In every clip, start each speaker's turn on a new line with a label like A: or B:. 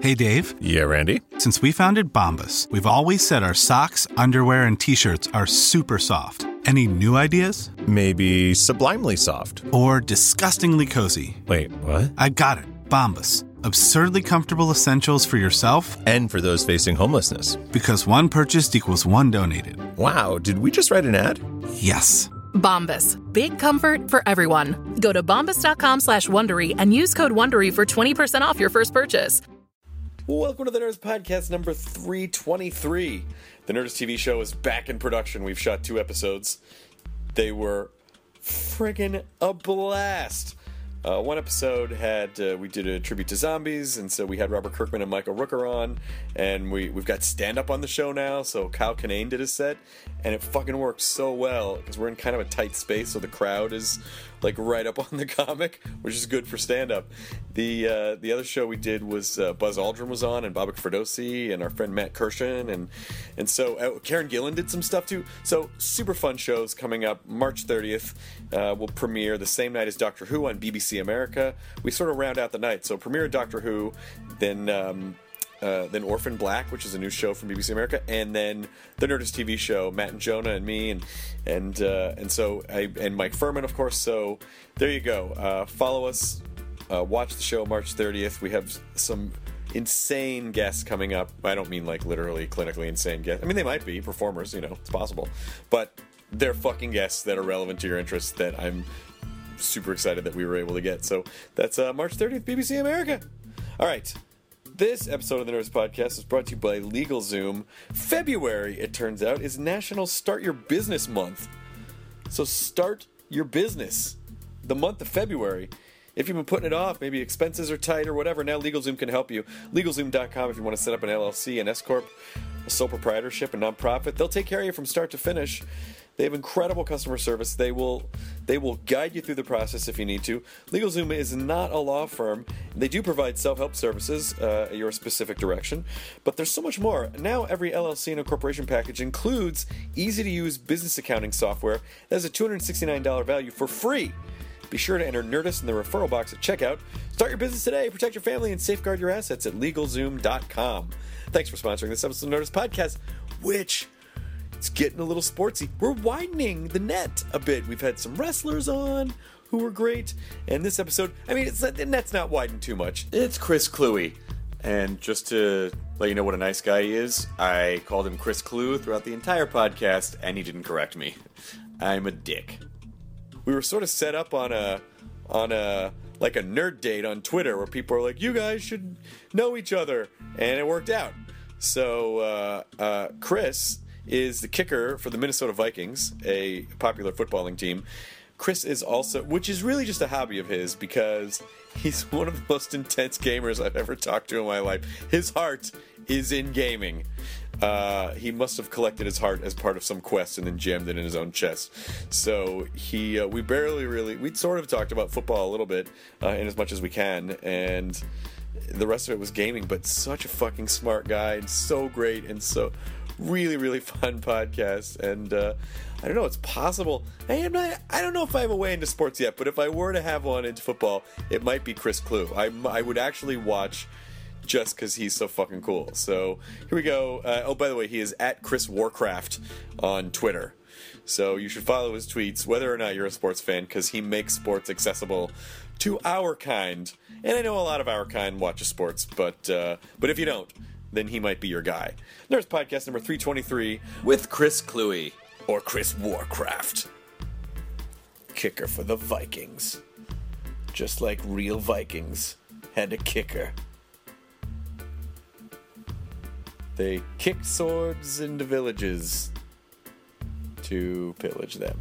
A: Hey, Dave.
B: Yeah, Randy.
A: Since we founded Bombus, we've always said our socks, underwear, and t shirts are super soft. Any new ideas?
B: Maybe sublimely soft.
A: Or disgustingly cozy.
B: Wait, what?
A: I got it. Bombus. Absurdly comfortable essentials for yourself
B: and for those facing homelessness.
A: Because one purchased equals one donated.
B: Wow, did we just write an ad?
A: Yes.
C: Bombas. Big comfort for everyone. Go to bombas.com slash Wondery and use code Wondery for 20% off your first purchase.
D: Welcome to the Nerds Podcast number 323. The Nerds TV show is back in production. We've shot two episodes. They were friggin' a blast. Uh, one episode had uh, we did a tribute to zombies, and so we had Robert Kirkman and Michael Rooker on, and we we've got stand up on the show now. So Kyle Kinane did a set, and it fucking worked so well because we're in kind of a tight space, so the crowd is like right up on the comic, which is good for stand up. The uh, the other show we did was uh, Buzz Aldrin was on, and Babak Ferdosi, and our friend Matt Kirshen, and and so uh, Karen Gillan did some stuff too. So super fun shows coming up March 30th. Uh, will premiere the same night as Doctor Who on BBC. America. We sort of round out the night. So premiere Doctor Who, then um, uh, then Orphan Black, which is a new show from BBC America, and then the Nerdist TV show, Matt and Jonah and me, and and uh, and so I, and Mike Furman, of course. So there you go. Uh, follow us. uh, watch the show March 30th. We have some insane guests coming up. I don't mean like literally clinically insane guests. I mean they might be performers. You know, it's possible, but. They're fucking guests that are relevant to your interests that I'm super excited that we were able to get. So that's uh, March 30th, BBC America. All right. This episode of the Nerds Podcast is brought to you by LegalZoom. February, it turns out, is National Start Your Business Month. So start your business the month of February. If you've been putting it off, maybe expenses are tight or whatever, now LegalZoom can help you. LegalZoom.com if you want to set up an LLC, an S Corp, a sole proprietorship, a nonprofit. They'll take care of you from start to finish. They have incredible customer service. They will they will guide you through the process if you need to. LegalZoom is not a law firm. They do provide self-help services uh, your specific direction, but there's so much more. Now every LLC and corporation package includes easy-to-use business accounting software that has a $269 value for free. Be sure to enter Nerdist in the referral box at checkout. Start your business today, protect your family, and safeguard your assets at LegalZoom.com. Thanks for sponsoring this episode of Nerdist Podcast, which it's getting a little sportsy. We're widening the net a bit. We've had some wrestlers on who were great, and this episode, I mean, it's not, the net's not widened too much. It's Chris Cluey, and just to let you know what a nice guy he is, I called him Chris Clue throughout the entire podcast, and he didn't correct me. I'm a dick. We were sort of set up on a on a like a nerd date on Twitter where people are like, "You guys should know each other," and it worked out. So uh, uh, Chris is the kicker for the Minnesota Vikings, a popular footballing team. Chris is also, which is really just a hobby of his because he's one of the most intense gamers I've ever talked to in my life. His heart is in gaming. Uh, he must have collected his heart as part of some quest and then jammed it in his own chest. So he, uh, we barely really, we sort of talked about football a little bit uh, in as much as we can, and the rest of it was gaming. But such a fucking smart guy and so great and so really really fun podcast and uh, i don't know it's possible I, am not, I don't know if i have a way into sports yet but if i were to have one into football it might be chris clue i, I would actually watch just because he's so fucking cool so here we go uh, oh by the way he is at chris warcraft on twitter so you should follow his tweets whether or not you're a sports fan because he makes sports accessible to our kind and i know a lot of our kind watches sports but uh, but if you don't then he might be your guy. Nurse Podcast number 323 with Chris Cluey or Chris Warcraft. Kicker for the Vikings. Just like real Vikings had a kicker. They kick swords into villages to pillage them.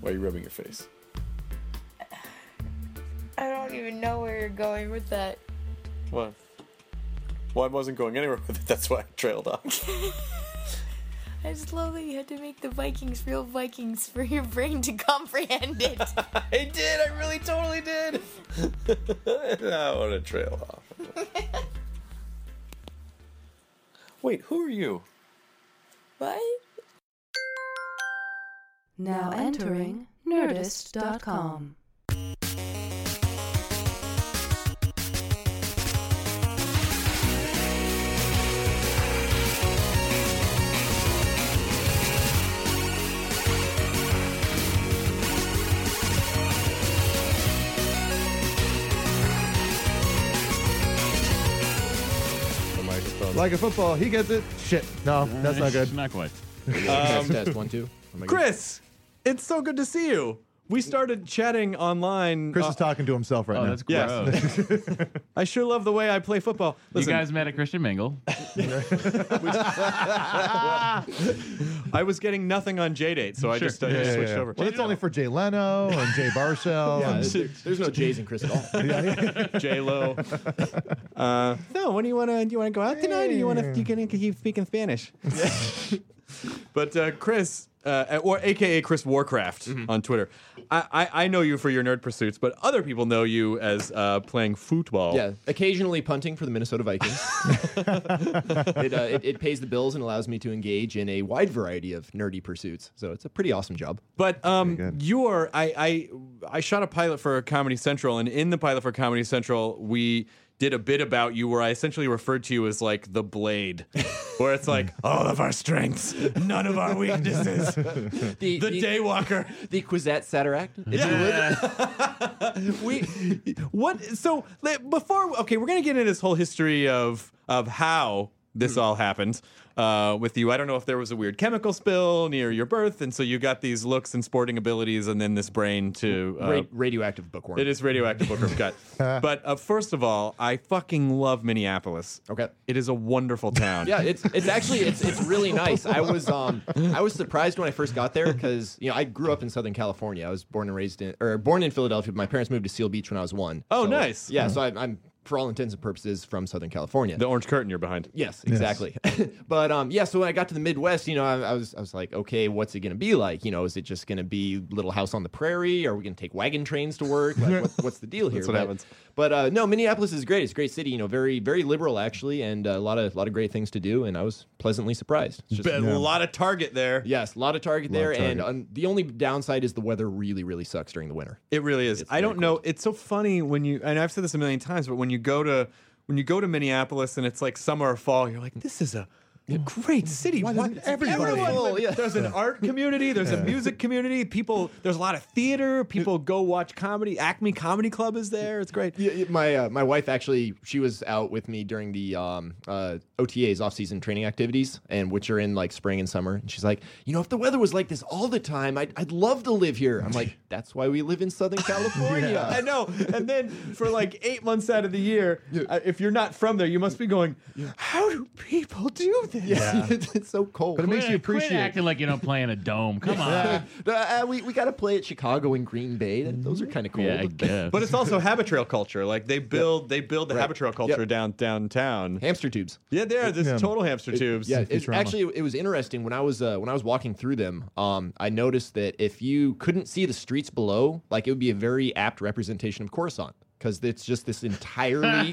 D: Why are you rubbing your face?
E: I don't even know where you're going with that.
D: Why? Well, I wasn't going anywhere with it. That's why I trailed off.
E: I just love that you had to make the Vikings real Vikings for your brain to comprehend it.
D: I did. I really totally did. I want to trail off. Wait, who are you?
E: what?
F: Now entering Nerdist.com.
D: The microphone's
G: Like a football, he gets it. Shit. No, that's not good.
H: Not quite.
I: Test, test, one, two. Am I good?
J: Chris, it's so good to see you. We started chatting online.
G: Chris
J: Uh,
G: is talking to himself right
H: Oh,
G: now.
H: that's
J: yes.
H: gross.
J: I sure love the way I play football.
H: you
J: Listen,
H: guys met at Christian Mingle.
J: I was getting nothing on J date, so I
H: Sure.
J: just, I
G: Yeah,
J: just
G: yeah,
J: switched
G: yeah.
J: over.
G: Well, it's only for Jay Leno and Jay Baruchel.
I: Yeah,
G: and-
I: there- there's no J's in Chris at all.
J: J Lo. Uh, no, when do you want to? Do you want to go out tonight, or you want to? You can keep speaking Spanish. but uh, Chris, uh, or AKA Chris Warcraft
H: Mm-hmm.
J: on Twitter, I, I I know you for your nerd pursuits, but other people know you as uh, playing football.
I: Yeah, occasionally punting for the Minnesota Vikings. it, uh, it, it pays the bills and allows me to engage in a wide variety of nerdy pursuits. So it's a pretty awesome job.
J: But um,
G: good.
J: you are I, I I shot a pilot for Comedy Central, and in the pilot for Comedy Central, we did a bit about you where I essentially referred to you as like the blade, where it's like all of our strengths, none of our weaknesses.
I: The,
J: The Uh, Daywalker.
I: the Quizette Sataract.
J: We what? So le- before, okay, we're gonna get into this whole history of of how
I: Hmm.
J: this all happened uh, with you. I don't know if there was a weird chemical spill near your birth, and so you got these looks and sporting abilities, and then this brain to uh,
I: Ra- radioactive bookworm.
J: It is radioactive Booker's gut. But uh, first of all, I fucking love Minneapolis.
I: Okay.
J: It is a wonderful town.
I: Yeah, it's it's actually it's it's really nice. I was um I was surprised when I first got there because you know I grew up in Southern California. I was born and raised in or born in Philadelphia. But my parents moved to Seal Beach when I was one.
J: Oh,
I: So,
J: nice.
I: Yeah, so I, I'm for all intents and purposes from Southern California.
J: The orange curtain you're behind.
I: Yes, exactly. but um, yeah, so when I got to the Midwest, you know, I, I was I was like, okay, what's it gonna be like? You know, is it just gonna be Little House on the Prairie? Are we gonna take wagon trains to work? Like, what, what's the deal here?
J: what
I: but,
J: happens.
I: But uh, no, Minneapolis is great. It's a great city. You know, very very liberal actually, and uh, a lot of lot of great things to do. And I was pleasantly surprised. It's just-
J: But A lot of Target there.
I: yes, a lot of Target there, and um, the only downside is the weather really really sucks during the winter.
J: It really is. I don't know. It's so funny when you and I've said this a million times, but when you go to when you go to Minneapolis and it's like summer or fall, you're like, this is a great city. Why
G: everybody-
I: Everyone- yeah.
J: There's an art community. There's a music community. People. There's a lot of theater. People go watch comedy. Acme Comedy Club is there. It's great.
I: Yeah, yeah, my uh, my wife actually she was out with me during the um, uh, OTAs off season training activities and which are in like spring and summer and she's like you know if the weather was like this all the time I'd, I'd love to live here I'm like that's why we live in Southern California
J: I know. And then for like eight months out of the year, uh, if you're not from there, you must be going, how do people do this?
I: yeah. it's, it's so cold
G: But it makes you
H: Quit
G: appreciate.
H: acting like you don't play in a dome. Come on.
I: Uh, uh, we, we got to play at Chicago and Green Bay Th- those are kind of cold
H: Yeah, I guess.
J: But it's also habitrail culture. Like they build, they build the habitrail culture
I: Yep.
J: down downtown.
I: hamster tubes
J: Yeah, there. This
G: Yeah.
J: total hamster tubes.
I: Yeah, it,
G: Futurama.
I: actually, it was interesting when I was uh, when I was walking through them. Um, I noticed that if you couldn't see the streets below, like it would be a very apt representation of Coruscant because it's just this entirely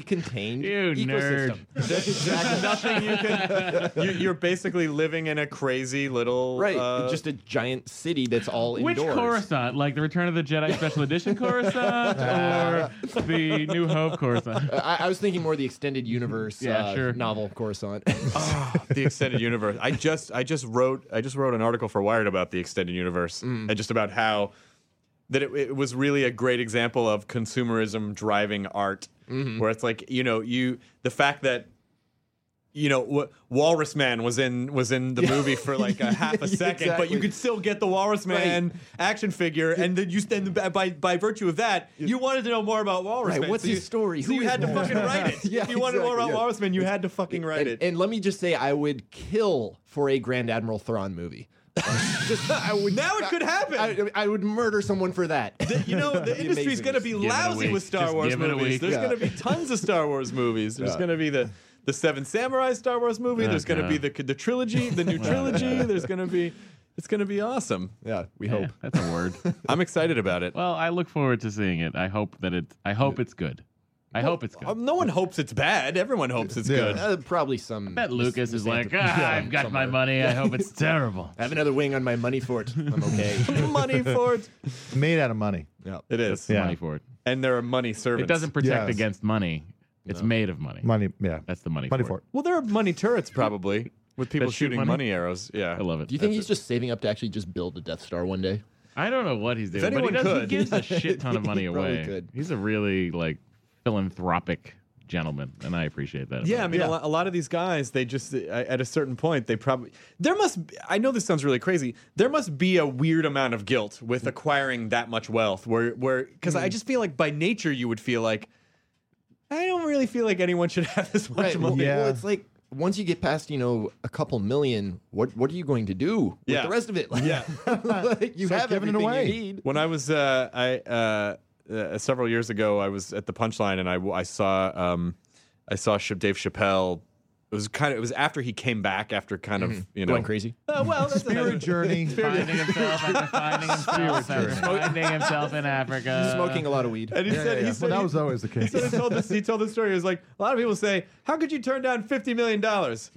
I: contained
H: You
I: ecosystem.
J: Nothing you can. You, you're basically living in a crazy little.
I: Right,
J: uh,
I: just a giant city that's all
H: Which
I: indoors.
H: Coruscant? Like the Return of the Jedi Special Edition Coruscant or the New Hope Coruscant?
I: I, I was thinking more the extended universe
H: Mm-hmm. Yeah,
I: uh,
H: sure.
I: novel Coruscant.
J: the extended universe. I just I just wrote I just wrote an article for Wired about the extended universe
I: Mm.
J: and just about how that it, it was really a great example of consumerism driving art,
I: Mm-hmm.
J: where it's like you know you the fact that you know w- Walrus Man was in was in the movie for like a half a second, but you
I: Exactly.
J: could still get the Walrus Man action figure, and then you then by by virtue of that you wanted to know more about Walrus
I: Right,
J: Man.
I: what's
J: so
I: his
J: you-
I: story?
J: So
I: Who
J: you
I: is
J: had to
I: Walrus
J: fucking
I: Man?
J: write it.
I: Yeah,
J: if you wanted to know more about
I: exactly, yeah.
J: Walrus Man, you had to fucking write
I: and,
J: it.
I: and let me just say, I would kill for a Grand Admiral Thrawn movie. Just, I would,
J: now it could happen.
I: I, I would murder someone for that.
J: You know, the industry's
I: amazing.
J: going to be
I: Just give it a
J: lousy
I: week.
J: with Star
I: Just
J: Wars
I: give it a
J: movies.
I: week.
J: There's
I: Yeah.
J: going to be tons of Star Wars movies. There's
I: Yeah.
J: going to be the the Seven Samurai Star Wars movie.
I: Oh,
J: There's going to be
I: God.
J: the the trilogy, the new
I: Wow.
J: trilogy. There's going to be it's going to be awesome.
I: Yeah, we
H: hope. that's a word.
J: I'm excited about it.
H: Well, I look forward to seeing it. I hope that it. I hope it's good. I hope it's good.
J: Um, no one hopes it's bad. Everyone hopes it's good.
I: Uh, probably some. I bet
H: Lucas is like, "Ah, I've got my money. I hope it's terrible.
I: I have another wing on my money fort. I'm okay.
J: money for it.
G: Made out of money.
I: Yeah,
J: It
H: That's
J: is.
H: the money for it.
J: And there are money servants.
H: It doesn't protect
G: Yes.
H: against money. It's made of money.
G: Money. Yeah.
H: That's the money.
G: Money
H: for it.
J: Well, there are money turrets probably with people
H: That shoot
J: shooting
H: money?
J: money? arrows. Yeah.
H: I love it.
I: Do you think he's just saving up to actually just build a Death Star one day?
H: I don't know what he's doing, but he,
J: anyone
H: does, he
J: could.
H: gives a shit ton of money
I: He probably
H: away.
I: could.
H: He's a really like philanthropic gentleman, and I appreciate that.
J: Yeah, I mean, A, lot, a lot of these guys, they just uh, at a certain point, they probably there must. Be, I know this sounds really crazy. There must be a weird amount of guilt with acquiring that much wealth, where where because
H: Mm-hmm.
J: I just feel like by nature you would feel like I don't really feel like anyone should have this much
I: Right. Well,
J: money.
G: Yeah.
I: well, it's like once you get past, you know, a couple million, what what are you going to do with
J: Yeah.
I: the rest of it? Like,
J: Yeah.
I: like, you
G: Start
I: have
G: giving it
I: everything
G: away.
I: you need.
J: When I was uh, I uh, uh, several years ago, I was at the Punchline and I, w- I saw um, I saw Ch- Dave Chappelle. It was kind of it was after he came back after kind of you know
I: Going crazy.
J: Uh, well, that's
G: Spirit journey.
H: finding himself after finding himself after finding himself in Africa.
I: Smoking a lot of weed.
J: And he said he
G: Well,
J: said
G: that
J: he-
G: was always the
J: He
G: case.
J: sort of told this. He told this story. He was like, a lot of people say, "How could you turn down fifty million dollars?"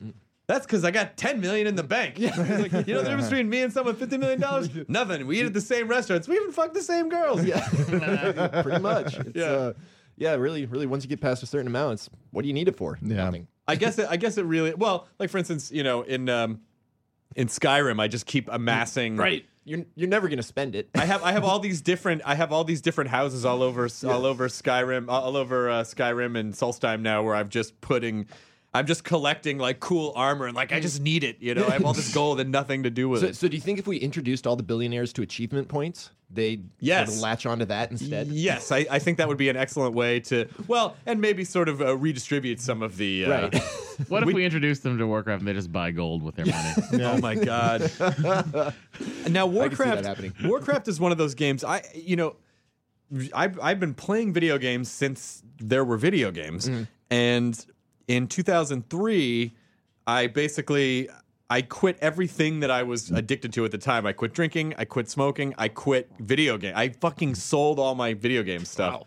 J: That's because I got ten million in the bank. Yeah. He's like, you know the difference between me and someone with fifty million dollars? Nothing. We eat at the same restaurants. We even fuck the same girls.
I: Yeah, pretty much. It's,
J: Yeah.
I: Uh, yeah, really, really. Once you get past a certain amount, it's what do you need it for?
G: Yeah.
I: Nothing.
J: I guess. It, I guess it really. Well, like for instance, you know, in um, in Skyrim, I just keep
I: Mm,
J: amassing.
I: You're you're never gonna spend it.
J: I have I have all these different I have all these different houses all over all over Skyrim all over uh, Skyrim and Solstheim now where I've just putting I'm just collecting like cool armor and like I just need it you know I have all this gold and nothing to do with
I: Mm. So,
J: it.
I: so do you think if we introduced all the billionaires to achievement points, they'd sort
J: Yes.
I: of latch onto that instead?
J: Yes, I, I think that would be an excellent way to well and maybe sort of uh, redistribute some of the uh,
I: Right.
H: What if we, introduce them to Warcraft and they just buy gold with their money?
J: Oh my god! now
I: that happening.
J: Warcraft, Warcraft is one of those games. I you know, I've I've been playing video games since there were video games,
I: Mm-hmm.
J: and in 2003, I basically I quit everything that I was addicted to at the time. I quit drinking, I quit smoking, I quit video game. I fucking sold all my video game stuff,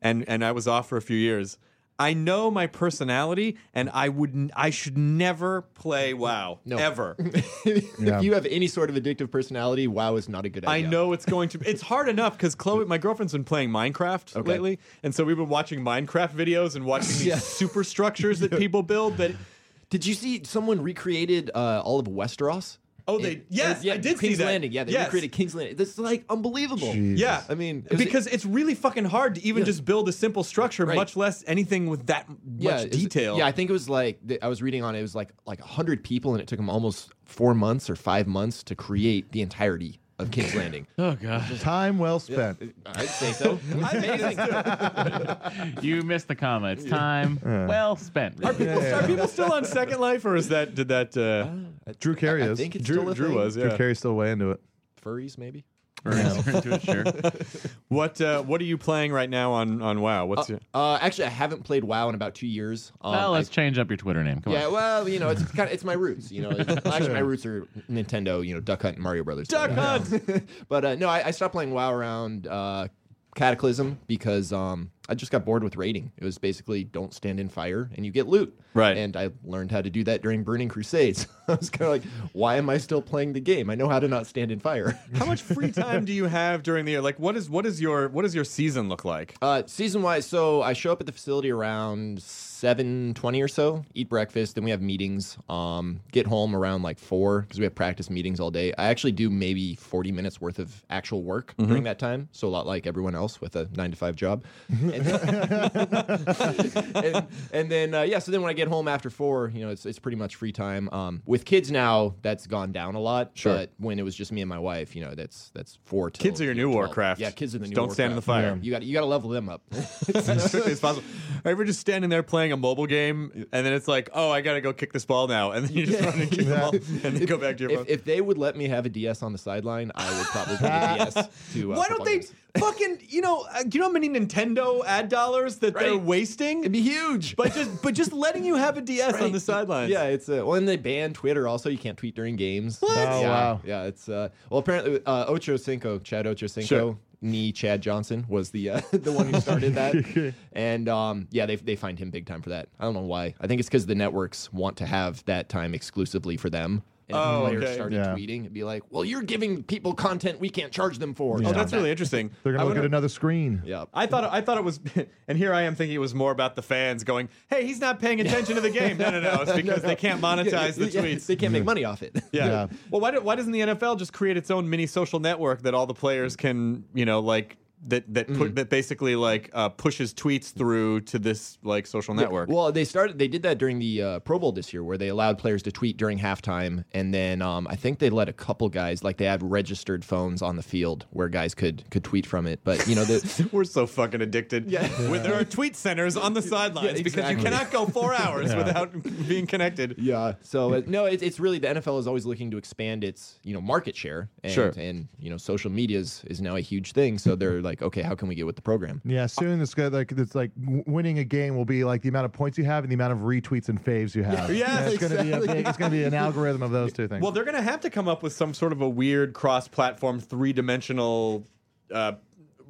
J: and and I was off for a few years. I know my personality, and I would n- I should never play WoW
I: No.
J: ever.
G: Yeah.
I: If you have any sort of addictive personality, WoW is not a good
J: I
I: idea.
J: know it's going to. It's hard enough because Chloe, my girlfriend's been playing Minecraft
I: Okay.
J: lately, and so we've been watching Minecraft videos and watching these
I: Yeah.
J: superstructures that people build. That
I: Did you see someone recreated uh, all of Westeros?
J: oh, they yes,
I: yeah,
J: I did
I: King's
J: see that.
I: Landing. Yeah, they
J: Yes.
I: recreated King's Landing. This is like unbelievable.
G: Jeez.
J: Yeah,
I: I mean, it was-
J: because it's really fucking hard to even just build a simple structure,
I: Right.
J: much less anything with that m-
I: yeah,
J: much
I: it's-
J: detail.
I: Yeah, I think it was like th- I was reading on it, it was like like hundred people, and it took them almost four months or five months to create the entirety of King's Landing.
H: oh god,
G: Time well spent.
I: I'd say so.
J: I think it's-
H: you missed the comma. It's time well spent.
J: Are people, are people still on Second Life, or is that did that? Uh,
G: Drew Carey
I: I
G: is.
I: think it's
J: Drew-
I: still a
J: Drew
I: thing.
J: was, yeah.
G: Drew Carey's still way into it.
I: Furries, maybe.
H: Or is there into it? Sure.
J: what uh, What are you playing right now on on WoW? What's your,
I: Uh, actually, I haven't played WoW in about two years. Um,
H: well,
I: I-
H: let's change up your Twitter name. Come
I: yeah,
H: on.
I: well, you know, it's kind of it's my roots. You know, Well, actually, my roots are Nintendo. You know, Duck Hunt and Mario Brothers.
J: Duck Hunt!
I: but uh, no, I, I stopped playing WoW around uh, Cataclysm because um, I just got bored with raiding. It was basically don't stand in fire and you get loot.
J: Right.
I: And I learned how to do that during Burning Crusades. I was kind of like, why am I still playing the game? I know how to not stand in fire.
J: How much free time do you have during the year? Like, what is what is your what does your season look like?
I: Uh, season wise, so I show up at the facility around seven twenty or so, eat breakfast, then we have meetings. Um, get home around like four because we have practice meetings all day. I actually do maybe
J: Mm-hmm.
I: forty minutes worth of actual work during that time, so a lot like everyone else with a nine to five job. and, and then uh, yeah, so then when I get home after four, you know, it's it's pretty much free time. Um, with kids now, that's gone down a lot.
J: Sure.
I: But when it was just me and my wife, you know, that's that's four. Till,
J: Kids are your
I: you know,
J: new
I: 12.
J: Warcraft.
I: Yeah, kids are the
J: Just
I: new.
J: don't stand in the
I: Warcraft.
J: fire.
I: You got you got to level them up.
J: as quickly as possible. Are you ever just standing there playing a mobile game and then it's like, oh, I gotta go kick this ball now, and then you just run and kick the ball and then go back to your phone.
I: if, if they would let me have a DS on the sideline, I would probably bring a DS to. Uh,
J: Why don't
I: football
J: they
I: games.
J: fucking you know uh, you know how many Nintendo ad dollars that they're
I: Right.
J: wasting?
I: It'd be huge.
J: But just but just letting you have a DS on the
I: Right.
J: sidelines.
I: Yeah, it's uh, well, and they ban Twitter also. You can't tweet during games.
J: What?
I: Yeah,
G: Oh, wow.
I: Yeah, it's uh, well apparently uh, Ocho Cinco, Chad Ocho Cinco,
J: Sure.
I: knee Chad Johnson was the uh, the one who started that, and um, yeah, they they find him big time for that. I don't know why. I think it's because the networks want to have that time exclusively for them. And if
J: Oh,
I: players
J: okay.
I: started
G: Yeah.
I: tweeting, it'd be like, "Well, you're giving people content we can't charge them for."
J: Oh,
I: Stop
J: that's
I: that.
J: really interesting.
G: They're
J: I
G: gonna look
J: wonder-
G: at another screen.
I: yeah.
J: I thought I thought it was, and here I am thinking it was more about the fans going, "Hey, he's not paying attention to the game." No, no, no, it's because they can't monetize the
I: Yeah,
J: tweets.
I: They can't make money off it.
J: Yeah.
G: Yeah.
J: Well, why, do, why doesn't the NFL just create its own mini social network that all the players can, you know, like that that
I: Mm.
J: put that basically like uh, pushes tweets through to this like social network?
I: Well, they started. They did that during the uh, Pro Bowl this year, where they allowed players to tweet during halftime, and then um, I think they let a couple guys, like they had registered phones on the field where guys could could tweet from it. But you know, the,
J: We're so fucking addicted. Yeah. Where there are tweet centers on the sidelines because you
I: exactly.
J: cannot go four hours without being connected.
I: yeah. So uh, no, it, it's really the NFL is always looking to expand its you know market share, and,
J: Sure.
I: and you know social media is, is now a huge thing. So they're like, okay, how can we get with the program?
G: Yeah, soon it's gonna like it's like w- winning a game will be like the amount of points you have and the amount of retweets and faves you have.
J: Yeah,
G: And it's gonna be a big, it's gonna be an algorithm of those two things.
J: Well, they're going to have to come up with some sort of a weird cross-platform, three-dimensional uh,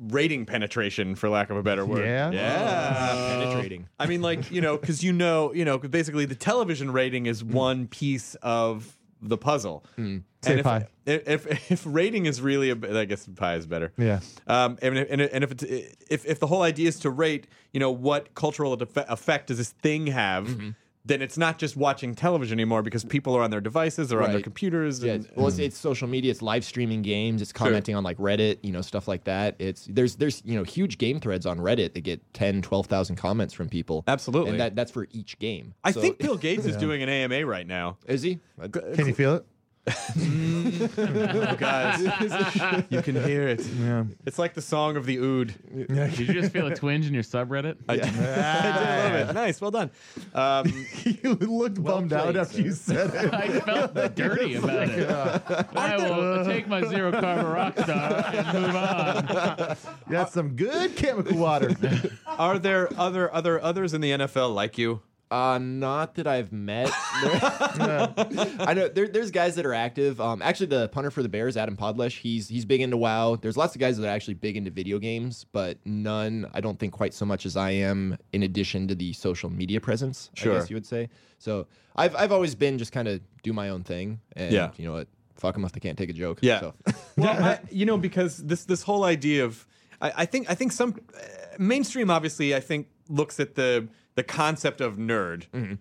J: rating penetration, for lack of a better word.
G: Yeah?
J: Yeah.
I: Penetrating.
J: I mean, like you know, because you know, you know, 'cause basically the television rating is one piece of the puzzle.
G: Hmm. Say
J: if,
G: pie.
J: If, if if rating is really, a, I guess pie is better.
G: Yeah.
J: Um, and and, and if, it's, if if the whole idea is to rate, you know, what cultural defe- effect does this thing have?
G: Mm-hmm.
J: Then it's not just watching television anymore because people are on their devices or on their
I: Right.
J: computers.
I: Yeah,
J: and-
I: it's- well, it's, it's social media. It's live streaming games. It's commenting on like Reddit, you know, stuff like that. It's there's there's you know huge game threads on Reddit that get 10, 12,000 comments from people.
J: Absolutely.
I: and that that's for each game.
J: I
I: So- uh,
J: think Bill Gates is doing an AMA right now.
I: is he?
G: Can you feel it?
J: Guys, you can hear it.
G: Yeah.
J: It's like the song of the Ood.
H: Did you just feel a twinge in your subreddit?
J: I, I did a little bit. Nice, well done. Um,
G: you looked bummed out
I: played,
G: after
I: sir.
G: you said it.
H: I felt dirty about it. I will take my zero carbon rock star and move on.
G: That's some good chemical water.
J: are there other other others in the NFL like you?
I: Uh, not that I've met. I know there, there's guys that are active. Um, actually, the punter for the Bears, Adam Podlesh, he's he's big into WoW. There's lots of guys that are actually big into video games, but none I don't think quite so much as I am. In addition to the social media presence, I
J: Sure.
I: guess you would say. So I've I've always been just kind of do my own thing, and
J: Yeah.
I: you know what, fuck them if they can't take a joke.
J: Yeah.
I: So,
J: Well, I, you know, because this this whole idea of I, I think I think some uh, mainstream obviously I think looks at the the concept of nerd
I: Mm-hmm.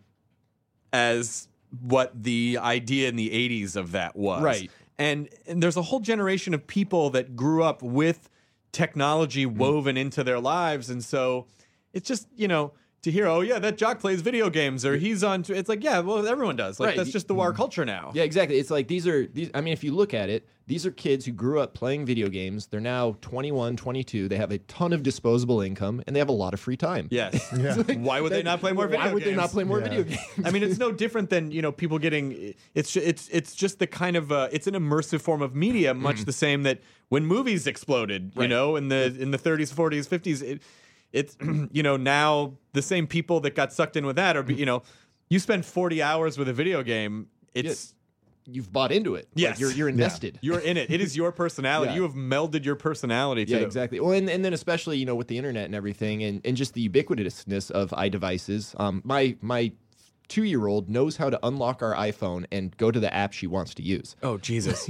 J: as what the idea in the 80s of that was.
I: Right.
J: And, and there's a whole generation of people that grew up with technology
I: Mm-hmm.
J: woven into their lives and so it's just, you know, to hear, oh yeah, that jock plays video games, or he's on. Tw-. It's like, yeah, well, everyone does. Like
I: Right. Mm-hmm.
J: that's just the our culture now.
I: Yeah, exactly. It's like these are these I mean if you look at it, these are kids who grew up playing video games. They're now 21, 22. They have a ton of disposable income and they have a lot of free time.
J: Yes.
G: Yeah.
J: Why would they not play more video
I: Why would they not
J: games?
I: play more
G: Yeah.
I: video games?
J: I mean, it's no different than you know people getting. It's ju- it's it's just the kind of uh, it's an immersive form of media,
I: Mm.
J: much the same that when movies exploded, you know, in the in the 30s, 40s, 50s. It, it's you know now the same people that got sucked in with that are be- you know you spend 40 hours with a video game. It's
I: You've bought into it. Like,
J: Yes.
I: you're you're invested.
J: you're in it. It is your personality.
I: Yeah.
J: You have melded your personality to
I: Yeah,
J: the-
I: exactly. Well, and, and then especially you know with the internet and everything, and, and just the ubiquitousness of iDevices. Um, my my two year old knows how to unlock our iPhone and go to the app she wants to use.
J: Oh Jesus.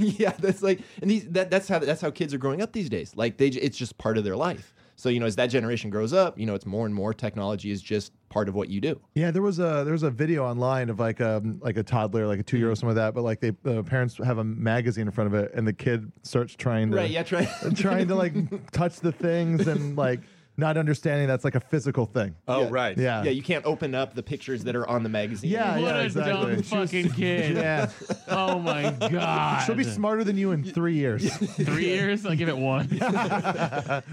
I: yeah, that's like, and these that, that's how that's how kids are growing up these days. Like they, j- it's just part of their life. So you know, as that generation grows up, you know, it's more and more technology is just part of what you do.
G: Yeah, there was a there was a video online of like um like a toddler, like a two year
I: Mm.
G: old, some of that, but like they uh, parents have a magazine in front of it, and the kid starts trying to
I: Right? Yeah. Try.
G: trying to like touch the things and like not understanding that's like a physical thing.
J: Oh,
I: Yeah.
G: Yeah.
I: Yeah, you can't open up the pictures that are on the magazine.
G: Yeah,
H: what
G: yeah,
H: a
G: exactly.
H: dumb
G: She was-
H: fucking kid.
G: Yeah.
H: Oh my god.
G: She'll be smarter than you in three years.
H: Three years? I'll give it one.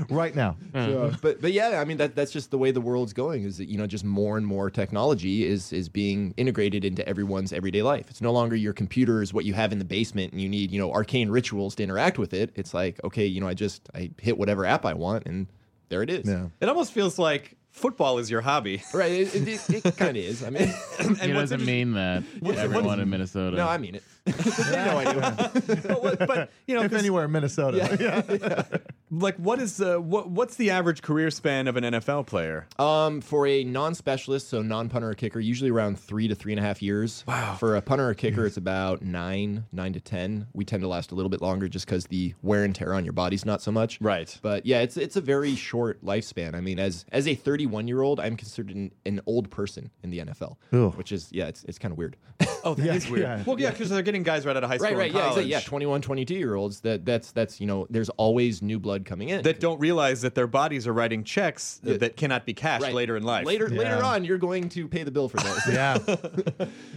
G: right now.
I: So, but but yeah, I mean that that's just the way the world's going. Is that you know just more and more technology is is being integrated into everyone's everyday life. It's no longer your computer is what you have in the basement, and you need you know arcane rituals to interact with it. It's like okay, you know I just I hit whatever app I want, and there it is.
G: Yeah.
J: It almost feels like football is your hobby.
I: Right. It, it, it, it kind of is. I mean,
H: He
J: what's
H: doesn't
J: interest-
H: mean that.
J: what's-
H: Everyone
J: what's-
H: in Minnesota.
I: no, I mean it. they know I do.
J: but, what- but, you know,
G: if
J: 'cause,
G: anywhere in Minnesota.
J: like, what is the what, what's the average career span of an NFL player?
I: Um, for a non-specialist, so non-punter or kicker, usually around three to three and a half years. Wow. For a punter or
G: Hmm.
I: kicker, it's about nine, nine to ten. We tend to last a little bit longer just because the wear and tear on your body's not so much.
J: Right.
I: But yeah, it's it's a very short lifespan. I mean, as as a 31 year old, I'm considered an, an old person in the NFL,
G: Ooh.
I: which is yeah, it's it's kind of weird.
J: Oh, that is
G: Yeah, yeah.
J: Well, yeah, because they're getting guys right out of high school,
I: right,
J: and
I: right, yeah,
J: college
I: exactly, yeah, 21, 22 year olds. That that's that's you know, there's always new blood coming in.
J: that don't realize that their bodies are writing checks that cannot be cashed
I: Right.
J: later in life.
I: Later, later
G: Yeah.
I: on, you're going to pay the bill for those.
G: Yeah. yeah.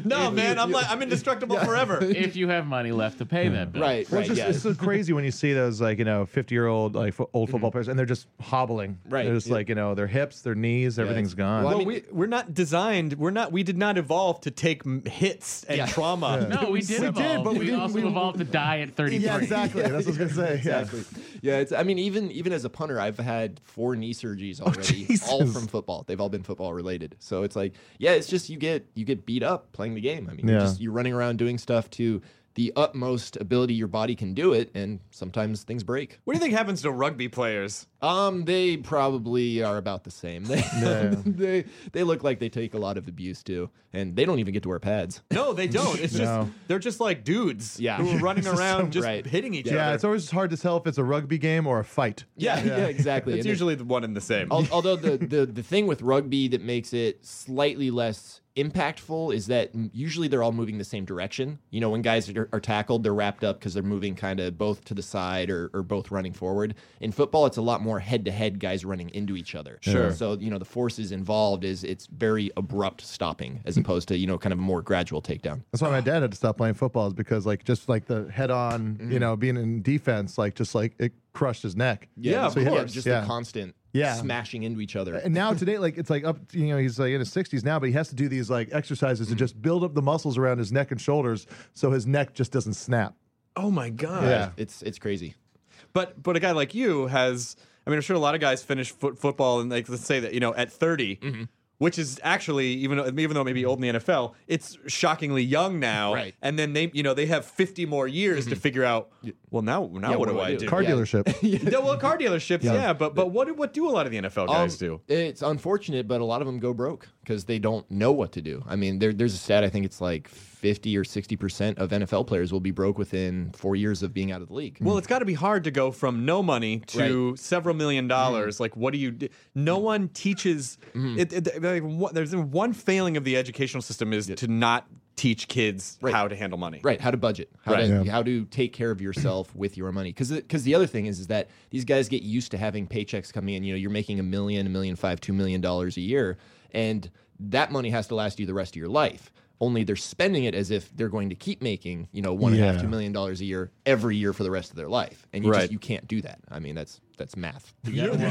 J: no, man, I'm like, I'm indestructible forever.
H: if you have money left to pay that bill.
I: Right,
G: Well,
I: right,
G: it's, just,
I: yeah.
G: it's so crazy when you see those like you know fifty year old like fo- old football players and they're just hobbling.
I: Mm-hmm. Right,
G: They're just
I: yeah.
G: like you know their hips, their knees, everything's gone.
I: Well, I
J: Well,
I: mean-
J: we, we're not designed. We're not. We did not evolve to take m- hits and
I: Yeah.
J: trauma.
H: No, we did
G: We
H: evolve.
G: did, but
H: we,
G: we didn't-
H: also
G: we-
H: evolved to die at 33.
G: yeah, exactly. That's what I was gonna say.
I: exactly. Yeah, it's. I mean, even even as a punter, I've had four knee surgeries already,
G: Oh, Jesus.
I: all from football. They've all been football related. So it's like, yeah, it's just you get you get beat up playing the game. I mean, you're
G: Yeah.
I: just you're running around doing stuff to the utmost ability your body can do it, and sometimes things break.
J: What do you think happens to rugby players? Uh,
I: Um, they probably are about the same. They
G: yeah.
I: they they look like they take a lot of abuse too, and they don't even get to wear pads.
J: No, they don't. It's
G: No.
J: just they're just like dudes
I: Yeah.
J: who are running around just
I: Right.
J: hitting each
G: Yeah.
J: other.
G: yeah, it's always hard to tell if it's a rugby game or a fight.
I: Yeah, yeah, exactly.
J: It's
I: And it-
J: usually the one and the same.
I: Al- Although the, the the thing with rugby that makes it slightly less impactful is that m- usually they're all moving the same direction. You know, when guys are, are tackled, they're wrapped up because they're moving kind of both to the side or, or both running forward. In football, it's a lot more head to head guys running into each other.
J: Sure.
I: So you know the forces involved is it's very abrupt stopping as opposed to you know kind of a more gradual takedown.
G: Mm. That's why my dad had to stop playing football is because like just like the head on,
I: Mm.
G: you know, being in defense, like just like it crushed his neck.
J: Yeah,
G: of
I: yeah,
G: course, Uh,
I: just
G: yeah.
I: the constant
G: Yeah.
I: smashing into each other.
G: And now today, like it's like up, you know, he's like in his sixties now, but he has to do these like exercises to
I: Mm-hmm.
G: just build up the muscles around his neck and shoulders so his neck just doesn't snap.
J: oh my god.
G: Yeah.
I: It's it's crazy.
J: But but a guy like you has. I mean, I'm sure a lot of guys finish foot, football and like let's say that you know at 30.
I: Mm-hmm.
J: Which is actually even though- even though it may be old in the NFL, it's shockingly young now.
I: Right. Mm-hmm.
J: And then they you know they have 50 more years to figure out. Well, now now what, do I do?
G: Car
I: Yeah.
G: dealership.
J: Yeah, well, car dealerships, yeah. but but what do- what do a lot of the NFL guys
I: Um,
J: do?
I: It's unfortunate, but a lot of them go broke because they don't know what to do. I mean, there, there's a stat I think it's like 50 or 60 percent of NFL players will be broke within four years of being out of the league.
J: Well, it's got to be hard to go from no money to several million dollars. Like, what do you? Do? No one teaches. It, it- like, what- there's one failing of the educational system is to not teach kids
I: Right.
J: how to handle money.
I: Right, how to budget, how
J: Right.
I: to how to take care of yourself with your money. Because because the other thing is is that these guys get used to having paychecks coming in. You know, you're making a million, a million five, two million dollars a year, and that money has to last you the rest of your life. Only they're spending it as if they're going to keep making you know one and a half,
G: Yeah.
I: two million dollars a year every year for the rest of their life, and you
J: Right.
I: just you can't do that. I mean, that's that's math.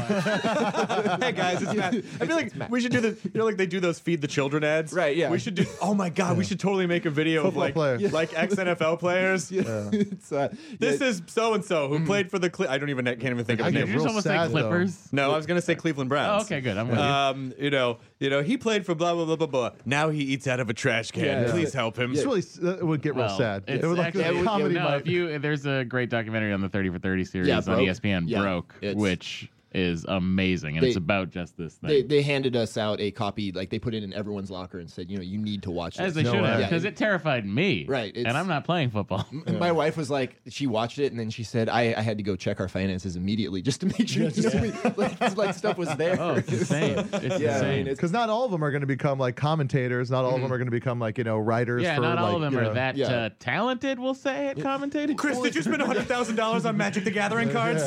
J: hey guys, it's Matt. I feel like we should do the. You know, like they do those feed the children ads.
I: Right, yeah.
J: We should do. Oh my god, we should totally make a video
G: Football
J: of like
G: players.
J: like ex NFL players.
I: It's, uh,
J: This
I: yeah,
J: is so and so who played for the. Cle- Hmm. I don't even. Can't even think of
G: I
J: his
G: get
J: name.
H: Did you just
G: real
H: almost
G: sad,
H: say
G: though. Uh,
H: Clippers?
J: No, I was gonna say Cleveland Browns.
H: Oh, okay, good. I'm with you.
J: Um, you know, you know, he played for blah blah blah blah blah. Now he eats out of a trash can.
I: Yeah, yeah.
J: Please help him.
G: It's really s- uh, it would get real
H: Well,
G: sad.
H: It's
G: it would
H: actually,
G: like a comedy.
H: no,
G: might-
H: if you, there's a great documentary on the 30 for 30 series
I: Yeah,
H: on
I: Broke.
H: ESPN,
I: Yeah,
H: Broke,
I: it's-
H: which is amazing. And
I: They-
H: it's about just this thing.
I: they, they handed us out a copy, like they put it in everyone's locker and said, you know, you need to watch this.
H: As they
G: No
H: should have,
G: way.
H: because it terrified me.
I: Right, it's-
H: And I'm not playing football.
I: And My wife was like, she watched it and then she said, I, I had to go check our finances immediately just to make sure just to be- like, like stuff was there.
H: Oh, it's insane. It's
I: yeah, I
H: insane.
I: mean, it's,
G: because not all of them are going to become like commentators. Not all
H: Mm-hmm.
G: of them are going to become like you know writers.
H: yeah,
G: for,
H: not all
G: like,
H: of them
G: you
H: are
G: know-
H: that
I: yeah.
H: uh, talented, we'll say, at commentating.
J: Chris, did you spend hundred thousand dollars on Magic the Gathering cards?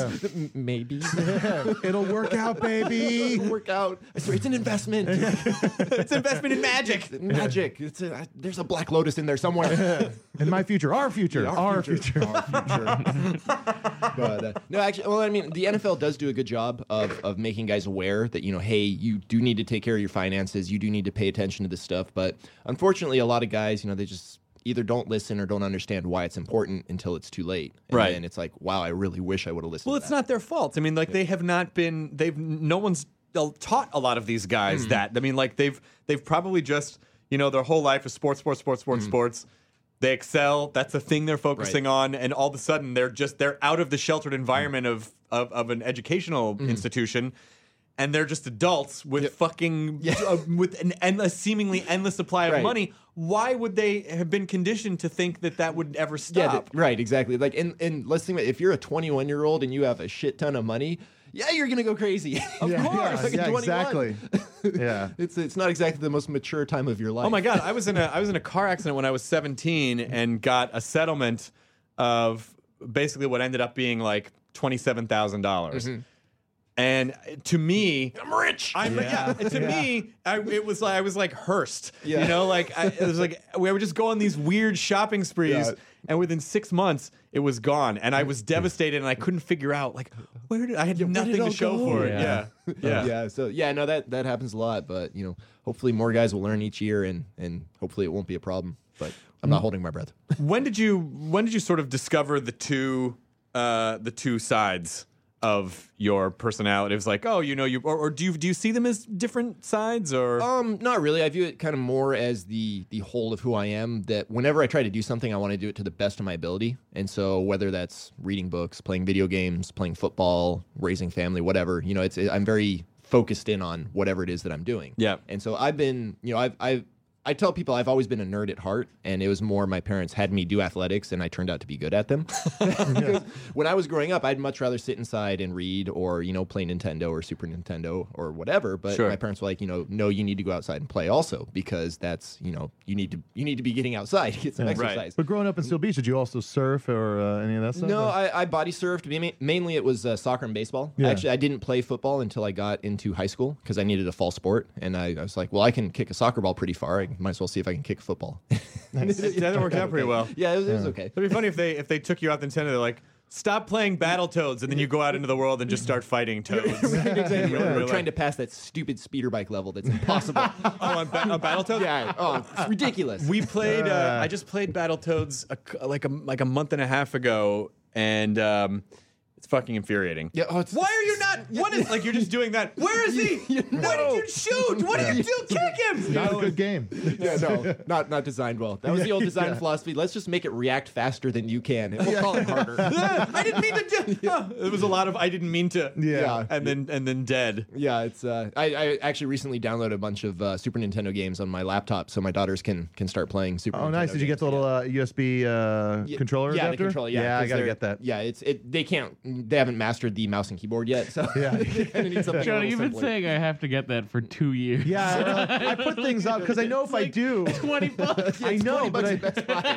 I: maybe.
G: It'll work out, baby.
I: It'll work out. I swear, it's an investment. it's an investment in magic. Magic. It's a, I- there's a black lotus in there somewhere.
G: In my future, our future,
I: Yeah,
G: our, future.
I: but uh, no, actually, well, I mean, the NFL does do a good job of of making guys aware that you know, hey, you do need to take care of your finances. You do need to pay attention to this stuff. But unfortunately, a lot of guys, you know, they just either don't listen or don't understand why it's important until it's too late. And
J: Right.
I: And it's like, wow, I really wish I would have listened.
J: Well, it's not their fault. I mean, like they have not been. They've no one's taught a lot of these guys
I: Hmm.
J: that. I mean, like they've they've probably just you know their whole life is sports, sports, sports, sports,
I: Hmm.
J: sports. They excel. That's the thing they're focusing on, and all of a sudden they're just they're out of the sheltered
I: Hmm.
J: environment of of, of an educational institution. And they're just adults with fucking uh, with an endless, seemingly endless supply of
I: Right.
J: money. Why would they have been conditioned to think that that would ever stop?
I: Yeah, th- right, exactly. Like, and, and let's think about it. if you're a 21 year old and you have a shit ton of money, yeah, you're gonna go crazy. of
G: Yeah,
I: course,
G: yeah, yeah, exactly. yeah,
I: It's it's not exactly the most mature time of your life.
J: Oh my god, I was in a I was in a car accident when I was 17 and got a settlement of basically what ended up being like twenty dollars. And to me, I'm rich. I'm yeah. to me, I, it was like I was like Hearst.
I: Yeah.
J: You know, like I, it was like we would just go on these weird shopping sprees,
I: Yeah.
J: and within six months, it was gone, and I was devastated, and I couldn't figure out like where did I had nothing
I: all
J: to show
I: go?
J: for it.
H: Yeah.
J: Yeah,
I: yeah. So yeah, no, that that happens a lot, but you know, hopefully more guys will learn each year, and and hopefully it won't be a problem. But I'm not holding my breath.
J: when did you when did you sort of discover the two uh, the two sides of your personality? It was like, oh, you know, you or, or do you do you see them as different sides or
I: Um, not really. I view it kind of more as the the whole of who I am. That whenever I try to do something, I want to do it to the best of my ability. And so whether that's reading books, playing video games, playing football, raising family, whatever, you know, it's I'm very focused in on whatever it is that I'm doing.
J: Yeah.
I: And so I've been, you know, I've I've I tell people I've always been a nerd at heart, and it was more my parents had me do athletics, and I turned out to be good at them. 'Cause when I was growing up, I'd much rather sit inside and read, or you know, play Nintendo or Super Nintendo or whatever. But
J: Sure.
I: my parents were like, you know, no, you need to go outside and play also because that's you know you need to you need to be getting outside, get some
J: Right.
I: exercise.
G: But growing up in Seal Beach, did you also surf or uh, any of that stuff?
I: No, I, I body surfed. Ma- Mainly, it was uh, soccer and baseball.
G: Yeah.
I: Actually, I didn't play football until I got into high school because I needed a fall sport, and I, I was like, "Well, I can kick a soccer ball pretty far. I might as well see if I can kick football."
J: that worked out pretty well.
I: yeah, it was, it was okay.
J: It'd be funny if they if they took you out the Nintendo, they're like, stop playing Battletoads, and then you go out into the world and just start fighting toads.
I: Right, exactly.
J: Really,
I: We're
J: really.
I: trying to pass that stupid speeder bike level that's impossible.
J: oh, on ba- on Battletoads.
I: yeah. Oh, it's ridiculous.
J: We played. Uh, I just played Battletoads a c like a like a month and a half ago, and um, it's fucking infuriating.
I: Yeah, oh, it's-
J: Why are you not? What is like? You're just doing that. Where is he? Why did you shoot? What did you do? Kick him!
G: not a good game.
I: yeah, no, not not designed well. That was the old design philosophy. Let's just make it react faster than you can, and we'll call it harder.
J: Ah, I didn't mean to. Do- Ah, It was a lot of I didn't mean to.
I: Yeah.
J: And then and then dead.
I: Yeah, it's. Uh, I, I actually recently downloaded a bunch of uh, Super Nintendo games on my laptop, so my daughters can can start playing Super.
G: Oh, nice.
I: Nintendo
G: Did you get
I: games.
G: the little uh, USB uh,
I: Yeah,
G: controller
I: yeah,
G: adapter?
I: The controller, yeah,
G: I
I: 'cause
G: gotta
I: they're-
G: get that.
I: Yeah, it's it. They can't. They haven't mastered the mouse and keyboard yet, so
G: Yeah.
I: they kinda need something a
H: Johnny,
I: little
H: you've been
I: simpler.
H: saying I have to get that for two years.
G: Yeah, I, know. I put things up because I know if I do,
H: 20 bucks.
G: I know, but
I: Bucks
G: I,
I: at Best Buy.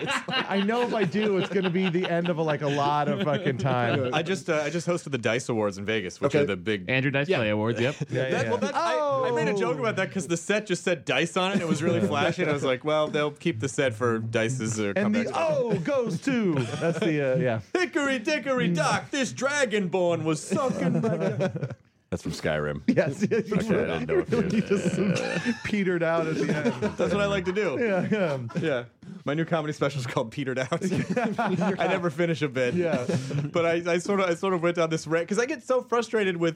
I: It's
G: I know if I do, it's gonna be the end of like a lot of fucking time.
J: I just uh, I just hosted the Dice Awards in Vegas, which
I: Okay.
J: are the big.
H: Andrew Dice
I: Yeah.
H: Clay Awards, yep.
G: Yeah, yeah,
J: That- well,
G: yeah.
J: that, I, I made
G: Oh,
J: a joke about that because the set just said dice on it. It was really flashy. And I was like, well, they'll keep the set for dice's uh,
G: And
J: comeback.
G: the O goes to. That's the uh, yeah.
J: Hickory dickory dock, this dragonborn was sucking my. That's from Skyrim.
G: Yes, yeah, you
J: Okay, I didn't know if
G: really
J: you-
G: just petered out at the end.
J: That's what I like to do. Yeah.
G: Yeah, yeah,
J: My new comedy special is called Petered Out. I never finish a bit.
G: Yeah.
J: But I, I sort of I sort of went down this rant because I get so frustrated with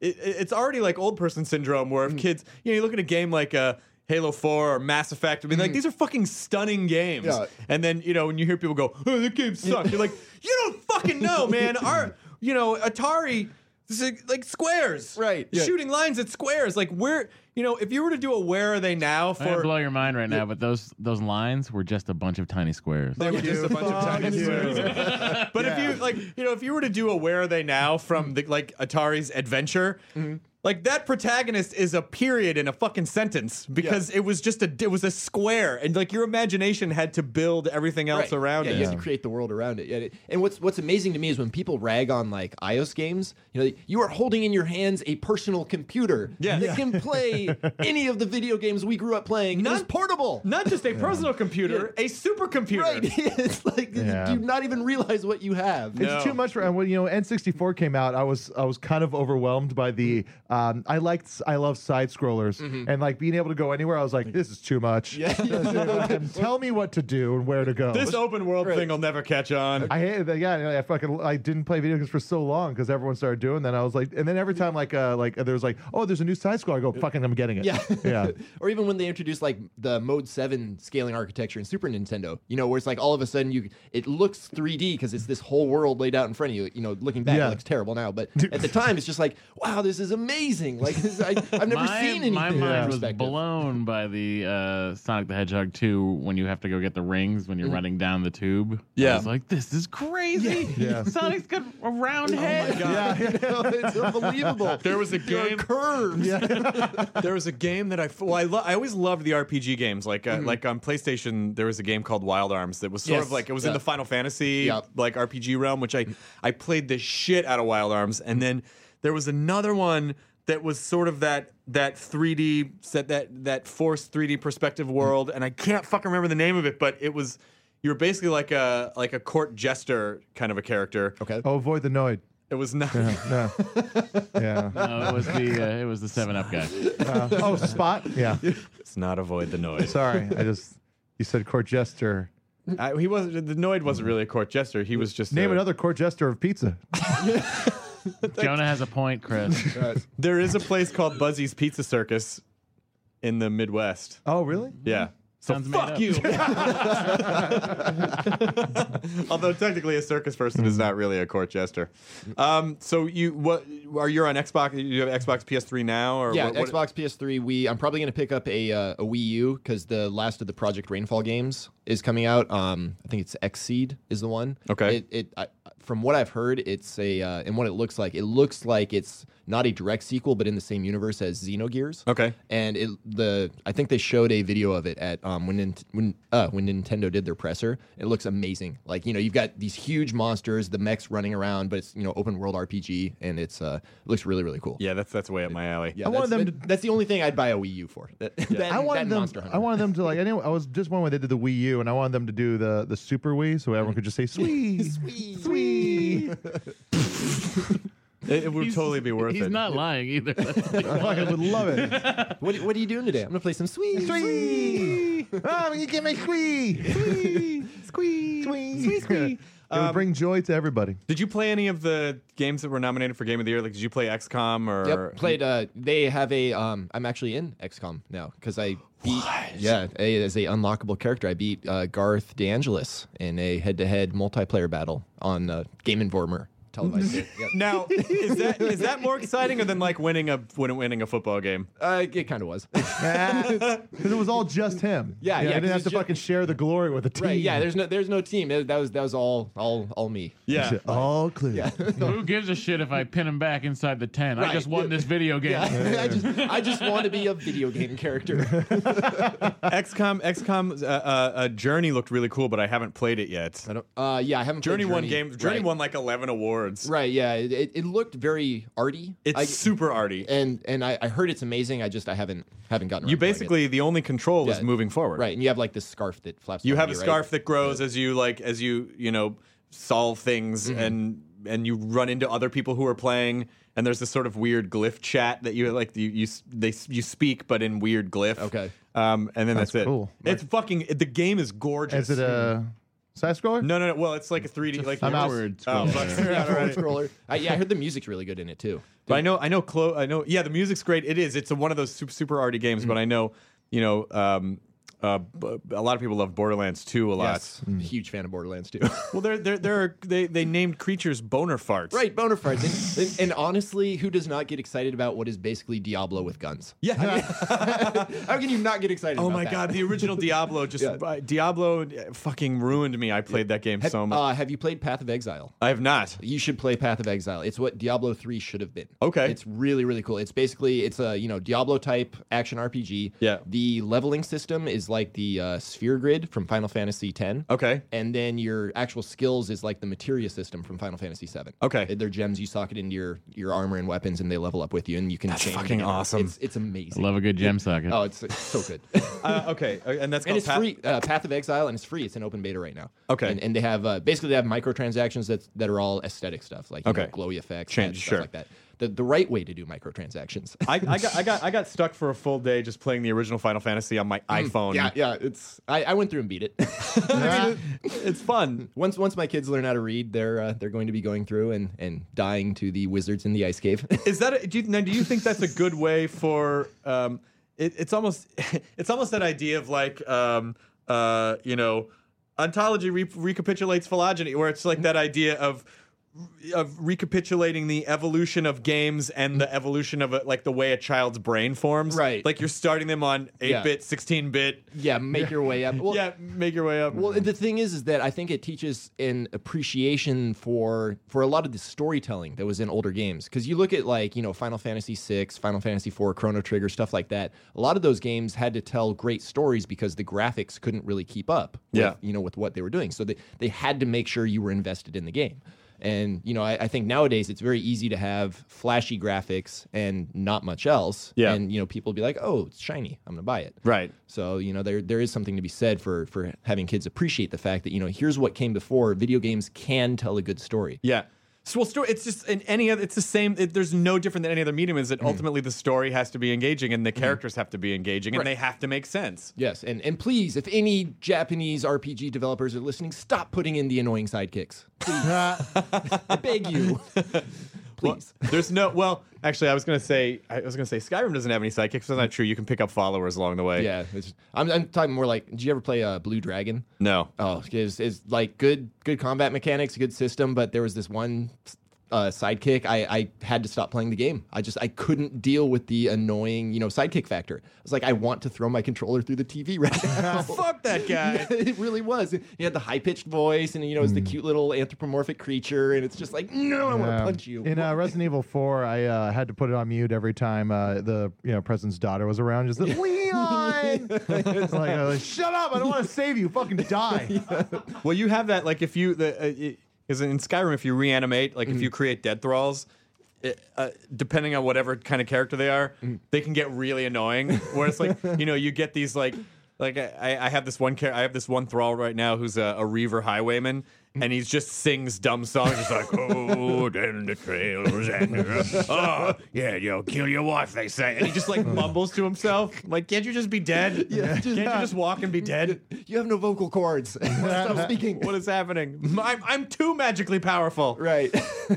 J: it, it- it's already like old person syndrome where if kids you know you look at a game like uh, Halo 4 or Mass Effect I mean like these are fucking stunning games
I: Yeah.
J: and then you know when you hear people go oh that game sucked you're like you don't fucking know man our you know Atari this is like squares
I: Right, yeah.
J: shooting lines at squares like where you know if you were to do a where are they now
H: I'm gonna
J: for
H: blow your mind right now, but those those lines were just a bunch of tiny squares.
J: They were just a bunch of
G: Fuck
J: tiny
G: you.
I: Mm-hmm.
J: squares. But if you like, you know, if you were to do a "Where Are They Now" from the like Atari's Adventure, Like that protagonist is a period in a fucking sentence because it was just a it was a square and like your imagination had to build everything else
I: Right.
J: around
I: yeah,
J: it.
I: You have to create the world around it. Yeah, it- And what's what's amazing to me is when people rag on like iOS games, you know, like, you are holding in your hands a personal computer
J: Yeah.
I: that
J: Yeah.
I: can play any of the video games we grew up playing. Not portable.
J: Not just a personal computer, a supercomputer.
I: Right. it's like
G: Yeah.
I: you do not even realize what you have.
G: It's too much for and when you know N64 came out. I was I was kind of overwhelmed by the
J: Mm-hmm.
G: um, I liked I love side scrollers and like being able to go anywhere. I was like, this is too much. Tell me what to do and where to go.
J: This open world thing will never catch on.
G: I hated that. Yeah, I fucking I didn't play video games for so long because everyone started doing that. I was like, and then every time like uh like there was like oh there's a new side scroller. I go fucking I'm getting it.
I: Yeah.
G: yeah.
I: or even when they introduced like the Mode Seven scaling architecture in Super Nintendo, you know, where it's like all of a sudden you it looks 3D because it's this whole world laid out in front of you. You know, looking back,
G: Yeah.
I: it looks terrible now, but at the time, it's just like, wow, this is amazing. Like this, I, I've never
H: my,
I: seen anything.
H: my
I: in that
H: mind was
I: perspective.
H: blown by the uh, Sonic the Hedgehog 2 when you have to go get the rings
G: Mm-hmm.
H: when you're running down the tube. I
J: Yeah.
H: was like, this is crazy.
G: Yeah. Oh Yeah.
H: Sonic's got a round head.
J: God.
I: No, it's unbelievable.
J: There was a
I: There are
J: game.
I: curves.
J: There was a game that I f- well, I, lo- I always loved the RPG games. Like uh, like on PlayStation, there was a game called Wild Arms that was
I: Mm-hmm.
J: sort
I: Yes.
J: of like it was
I: Yeah. Mm-hmm.
J: in the Final Fantasy
I: Yep.
J: like RPG realm, which I I played the shit out of Wild Arms, and then there was another one that was sort of that that 3D set that that forced 3D
I: Mm-hmm.
J: perspective world, and I can't fucking remember the name of it, but it was you were basically like a like a court jester kind of a character.
I: Okay.
G: Oh, avoid the noid.
J: It was not.
G: No. yeah.
H: No, it was the uh, it was the Seven Up guy.
G: Uh, oh, spot. Yeah.
J: It's not avoid the noise.
G: Sorry, I just you said court jester.
J: I, he wasn't. The Noid wasn't really a court jester. He was just
G: Name
J: a-
G: another court jester of pizza.
H: Jonah has a point, Chris.
J: There is a place called Buzzy's Pizza Circus in the Midwest.
G: Oh, really?
J: Yeah. So
H: Mm-hmm. Sounds made
J: fuck
H: up.
J: you. Although technically a circus person is not really a court jester. Um, so you what are you on Xbox? You have Xbox PS3 now or
I: yeah,
J: what, what-
I: Xbox, PS3. We I'm probably going to pick up a uh, a Wii U because the last of the Project Rainfall games is coming out. Um, I think it's Xseed is the one.
J: Okay.
I: It, it I, from what I've heard, it's a uh, and what it looks like. It looks like it's not a direct sequel, but in the same universe as Xenogears.
J: Okay.
I: And it the I think they showed a video of it at um when Nin- when uh when Nintendo did their presser. It looks amazing. Like you know you've got these huge monsters, the mechs running around, but it's you know open world RPG and it's uh it looks really really cool.
J: Yeah, that's that's way up my alley.
I: Yeah,
G: I wanted
I: that's-
G: them
I: that- That's the only thing I'd buy a Wii U for. That, that-
G: I
I: that
G: wanted them.
I: Monster Hunter.
G: I wanted them to like. I knew I was just one when they did the Wii U, and I wanted them to do the the Super Wii, so everyone could just say Swee, Swee, Swee.
J: It, it would totally be worth
H: He's
J: it.
H: not lying either. That's the-
G: I fucking would love it.
I: What, what are you doing today? I'm gonna play some Sweet.
G: Swee, ah, you get my Swee, Swee, Swee, Swee, Swee. It would bring joy to everybody.
J: Um, Did you play any of the games that were nominated for Game of the Year? Like, did you play XCOM or
I: Yep. Played. Uh, they have a. Um, I'm actually in XCOM now because I beat. Yeah, a, as a unlockable character, I beat uh, Garth DeAngelis in a head-to-head multiplayer battle on uh, Game Informer televised. it. Yep.
J: Now, is that is that more exciting or than like winning a win- winning a football game?
I: Uh, it kind of was.
G: Because it was all just him.
I: Yeah, yeah,
G: I didn't
I: 'cause
G: have
I: it's
G: to
I: ju-
G: fucking share the glory with the team.
I: right. Yeah. There's no. There's no team. It- that was. That was all. All. All me.
J: Yeah.
G: all clear.
H: Who gives a shit if I pin him back inside the ten? I
I: Right.
H: just won this video game.
I: I just. I just want to be a video game character.
J: XCOM XCOM uh, uh, uh, Journey looked really cool, but I haven't played it yet.
I: I don't. Uh, yeah. I haven't. played
J: Journey, won game. Journey
I: Right.
J: won like eleven awards.
I: Right, yeah, it, it, it looked very arty.
J: It's
I: I-
J: super arty.
I: and and I, I heard it's amazing. I just I haven't haven't gotten.
J: You
I: around to playing
J: basically the only control
I: it.
J: is moving forward.
I: right? And you have like this scarf that flaps.
J: You
I: around
J: have a
I: right?
J: scarf that grows as you like as you you know solve things and and you run into other people who are playing. And there's this sort of weird glyph chat that you like you you s- they s- you speak but in weird glyph.
I: Okay.
J: Um, and then that's, it.
G: cool.
J: It's fucking. The game is gorgeous.
G: Is it a side scroller?
J: no, no, no. Well, it's like a 3D. like
G: I'm out.
J: you're just-
H: Forward
J: Oh, fuck.
H: scroller.
J: Yeah, all right.
I: Scroller. I, yeah, I heard the music's really good in it too.
J: But I know, I know, Clo- I know. Yeah, the music's great. It is. It's a, one of those super, super arty games. But I know, you know, um, Uh, b- a lot of people love Borderlands 2 a lot.
I: Yes. Huge fan of Borderlands 2.
J: well, they're, they're, they're, they they named creatures boner farts.
I: Right, boner farts. And, and, and honestly, who does not get excited about what is basically Diablo with guns?
J: Yeah.
I: How can you not get excited
J: Oh
I: about
J: my
I: that?
J: god, the original Diablo just uh, Diablo uh, fucking ruined me. I played that game
I: Have,
J: so much.
I: uh, have you played Path of Exile?
J: I have not.
I: You should play Path of Exile. It's what Diablo 3 should have been.
J: Okay.
I: It's really really cool. It's basically it's a, you know, Diablo type action RPG.
J: Yeah.
I: The leveling system is like the uh, sphere grid from Final Fantasy 10.
J: Okay.
I: And then your actual skills is like the materia system from Final Fantasy 7.
J: Okay.
I: They're gems you socket into your your armor and weapons and they level up with you and you can
J: That's
I: change
J: fucking
I: it.
J: awesome.
I: It's it's amazing.
H: Love a good gem socket.
I: Oh, it's, it's so good.
J: uh, okay, uh, and that's
I: and
J: called
I: it's
J: Path-
I: free. Uh, Path of Exile, and it's free. It's in open beta right now.
J: Okay.
I: And, and they have uh, basically they have microtransactions that that are all aesthetic stuff, like you
J: Okay.
I: know, glowy effects,
J: Change-
I: and stuff
J: sure.
I: like that. The the right way to do microtransactions.
J: I, I got I got I got stuck for a full day just playing the original Final Fantasy on my iPhone.
I: Hmm. yeah, yeah. It's I, I went through and beat it.
J: it's fun.
I: once once my kids learn how to read, they're uh, they're going to be going through and and dying to the wizards in the ice cave.
J: Is that a, do you, now? Do you think that's a good way for? Um, it, it's almost it's almost that idea of like um, uh, you know, ontology re- recapitulates phylogeny, where it's like that idea of of recapitulating the evolution of games and the evolution of a, like the way a child's brain forms.
I: Right.
J: Like you're starting them on eight
I: Yeah.
J: bit, sixteen bit.
I: yeah, make your way up. Well,
J: yeah, make your way up.
I: Well, the thing is, is that I think it teaches an appreciation for for a lot of the storytelling that was in older games. Because you look at like you know Final Fantasy VI, Final Fantasy IV, Chrono Trigger, stuff like that. A lot of those games had to tell great stories because the graphics couldn't really keep up. with,
J: Yeah.
I: you know with what they were doing, so they they had to make sure you were invested in the game. And you know, I, I think nowadays it's very easy to have flashy graphics and not much else.
J: Yeah.
I: And you know, people be like, "Oh, it's shiny. I'm gonna buy it."
J: right.
I: So you know there there is something to be said for for having kids appreciate the fact that you know here's what came before. Video games can tell a good story.
J: Yeah. So, well, story. It's just in any other. It's the same. It, there's no different than any other medium. Is that ultimately the story has to be engaging and the characters have to be engaging and they have to make sense.
I: Yes, and and please, if any Japanese RPG developers are listening, stop putting in the annoying sidekicks. Please, I beg you. Please.
J: Well, there's no. Well, actually, I was gonna say. I was gonna say Skyrim doesn't have any sidekicks. That's not true. You can pick up followers along the way.
I: Yeah, it's- I'm, I'm talking more like, did you ever play uh, Blue Dragon?
J: No.
I: Oh, it's, it's like good good combat mechanics, good system, but there was this one uh, sidekick. I, I had to stop playing the game. I just I couldn't deal with the annoying you know sidekick factor. I was like, I want to throw my controller through the TV right now.
J: Oh, Fuck that guy.
I: it really was. He had the high pitched voice, and you know, it's the cute little anthropomorphic creature, and it's just like, no, I want to
G: Um,
I: punch you.
G: In uh, Resident Evil 4, I uh, had to put it on mute every time uh, the you know president's daughter was around. Just like, Leon, It's like, I was like, shut up! I don't want to save you. Fucking die.
J: Well, you have that. Like, if you the uh, it- is in Skyrim, if you reanimate, like
G: Mm-hmm.
J: if you create dead thralls. It, uh, depending on whatever kind of character they are,
I: Mm.
J: they can get really annoying. Where it's like, you know, you get these like, like I, I have this one char- I have this one thrall right now who's a, a reaver highwayman,
I: Mm.
J: and he just sings dumb songs. He's like, oh, down the trails, and oh, yeah, you'll kill your wife, they say, and he just like mumbles to himself, like, can't you just be dead? can't you just walk and be dead?
I: you have no vocal cords. Stop speaking.
J: What is happening? I'm, I'm too magically powerful.
I: Right.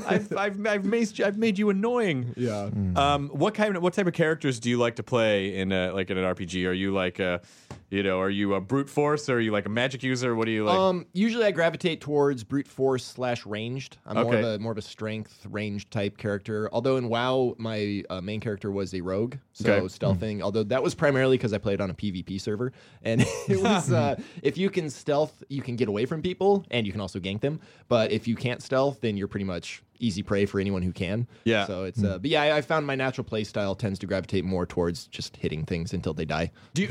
J: I've, I've, I've, made, you- I've made you annoying.
I: yeah.
G: Mm-hmm.
J: Um, what kind of what type of characters do you like to play in a, like in an RPG? Are you like a, you know, are you a brute force or are you like a magic user? What do you like?
I: Um, usually I gravitate towards brute force slash ranged. I'm more of
J: Okay.
I: a more of a strength ranged type character. Although in WoW, my uh, main character was a rogue, so
J: Okay. Hmm.
I: stealthing. Although that was primarily because I played on a PvP server, and it was uh, if you can stealth, you can get away from people, and you can also gank them. But if you can't stealth, then you're pretty much easy prey for anyone who can.
J: Yeah. Hmm.
I: So it's uh, but yeah, I, I found my natural play style tends to gravitate more towards just hitting things until they die.
J: do you,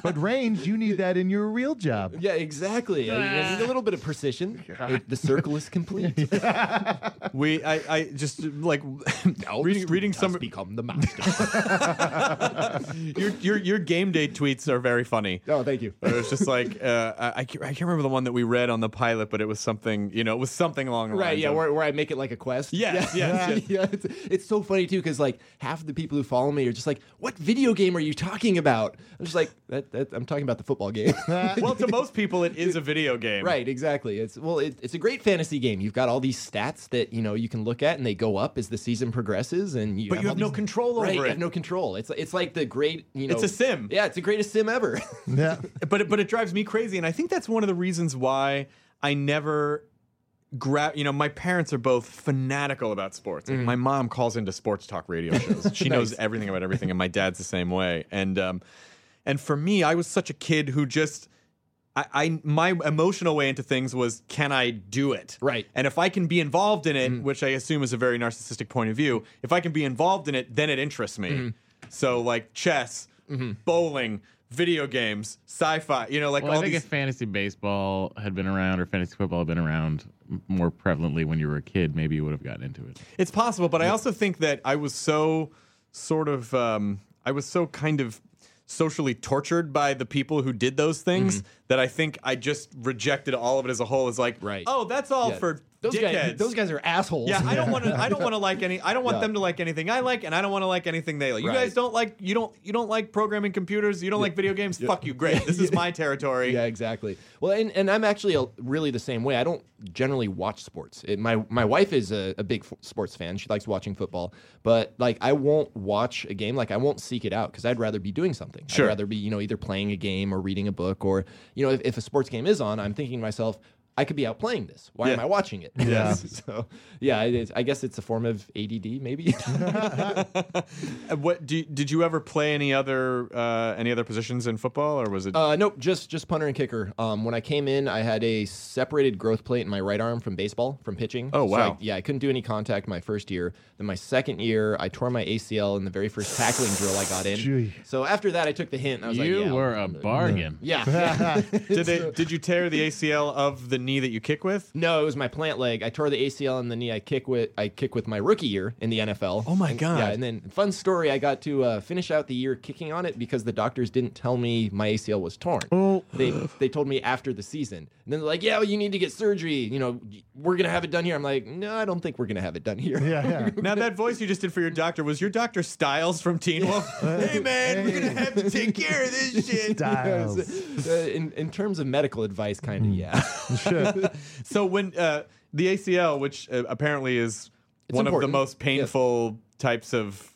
G: but range, you need that in your real job.
I: Yeah, exactly. I mean, I need a little bit of precision. It- the circle is complete.
J: we I, I just like reading reading some
I: become the master.
J: your, your your game day tweets are very funny.
I: oh, thank you.
J: It was just like uh, I, I can't I can't remember the one that we read on the pilot, but it was something you know it was something along the
I: Right,
J: lines
I: yeah,
J: of-
I: where, where I make it like a quest.
J: Yes,
I: yeah.
J: yes, yes.
I: yeah. It's, it's so funny too because like half of the people who follow me are just like, "What video game are you talking about?" I'm just like, that, that, "I'm talking about the football game."
J: well, to most people, it is a video game.
I: Right, exactly. It's well, it, it's a great fantasy game. You've got all these stats that you know you can look at, and they go up as the season progresses, and you.
J: But you
I: all
J: have no
I: these-
J: control
I: right,
J: over
I: you
J: it.
I: have no control. It's it's like the great you know.
J: It's a sim.
I: Yeah, it's the greatest sim ever.
G: Yeah.
J: but it, but it drives me crazy, and I think that's one of the reasons why I never grab. You know, my parents are both fanatical about sports.
H: Mm.
J: Like, My mom calls into sports talk radio shows. She knows everything about everything, and my dad's the same way. And um, and for me, I was such a kid who just. I, I my emotional way into things was can I do it
I: Right.
J: and if I can be involved in it
H: Mm.
J: which I assume is a very narcissistic point of view if I can be involved in it then it interests me
H: Mm-hmm.
J: so like chess bowling video games sci-fi you know like
H: Well, I
J: all
H: think
J: these
H: if fantasy baseball had been around or fantasy football had been around m- more prevalently when you were a kid, maybe you would have gotten into it.
J: It's possible, but I also think that I was so sort of um, I was so kind of socially tortured by the people who did those things
I: Mm-hmm.
J: that I think I just rejected all of it as a whole as like
I: Right.
J: oh that's all
I: Yeah.
J: for
I: those
J: dickheads.
I: guys, those guys are assholes.
J: yeah, I don't want to. I don't want to like any. I don't want
I: Yeah.
J: them to like anything I like, and I don't want to like anything they like. You
I: Right.
J: guys don't like. You don't. You don't like programming computers. You don't like video games. Fuck you. Great. This is my territory.
I: Yeah, exactly. Well, and, and I'm actually a, really the same way. I don't generally watch sports. It, my my wife is a, a big f- sports fan. She likes watching football, but like I won't watch a game. Like I won't seek it out because I'd rather be doing something.
J: Sure.
I: I'd rather be you know either playing a game or reading a book or you know if, if a sports game is on, I'm thinking to myself. I could be out playing this. Why am
J: Yeah.
I: I watching it?
J: Yeah.
I: so, yeah, it is, I guess it's a form of ADD, maybe.
J: Uh, What do, did you ever play any other uh, any other positions in football, or was it?
I: Uh, nope, just just punter and kicker. Um, when I came in, I had a separated growth plate in my right arm from baseball, from pitching.
J: Oh,
I: So I-
J: wow.
I: yeah, I couldn't do any contact my first year. Then my second year, I tore my ACL in the very first tackling drill I got in.
G: Gee.
I: So after that, I took the hint. And I was
H: you
I: like, yeah,
H: were a bargain.
I: yeah. yeah.
J: did they, did you tear the ACL of the knee that you kick with?
I: no, it was my plant leg. I tore the ACL in the knee. I kick with I kick with my rookie year in the NFL.
J: Oh my
I: And-
J: God.
I: Yeah, and then fun story, I got to uh, finish out the year kicking on it because the doctors didn't tell me my ACL was torn.
J: Oh.
I: They they told me after the season, and then they're like, "Yeah, well, you need to get surgery. You know, we're gonna have it done here." I'm like, "No, I don't think we're gonna have it done here."
G: Yeah, yeah.
J: Now that voice you just did for your doctor was your doctor Styles from Teen Wolf. hey man, we're gonna have to take care of this shit.
G: Dials.
I: Uh, in in terms of medical advice, kind of
J: Hmm.
I: yeah.
J: So when uh, the ACL, which uh, apparently is
I: It's
J: one of
I: important.
J: the most painful types of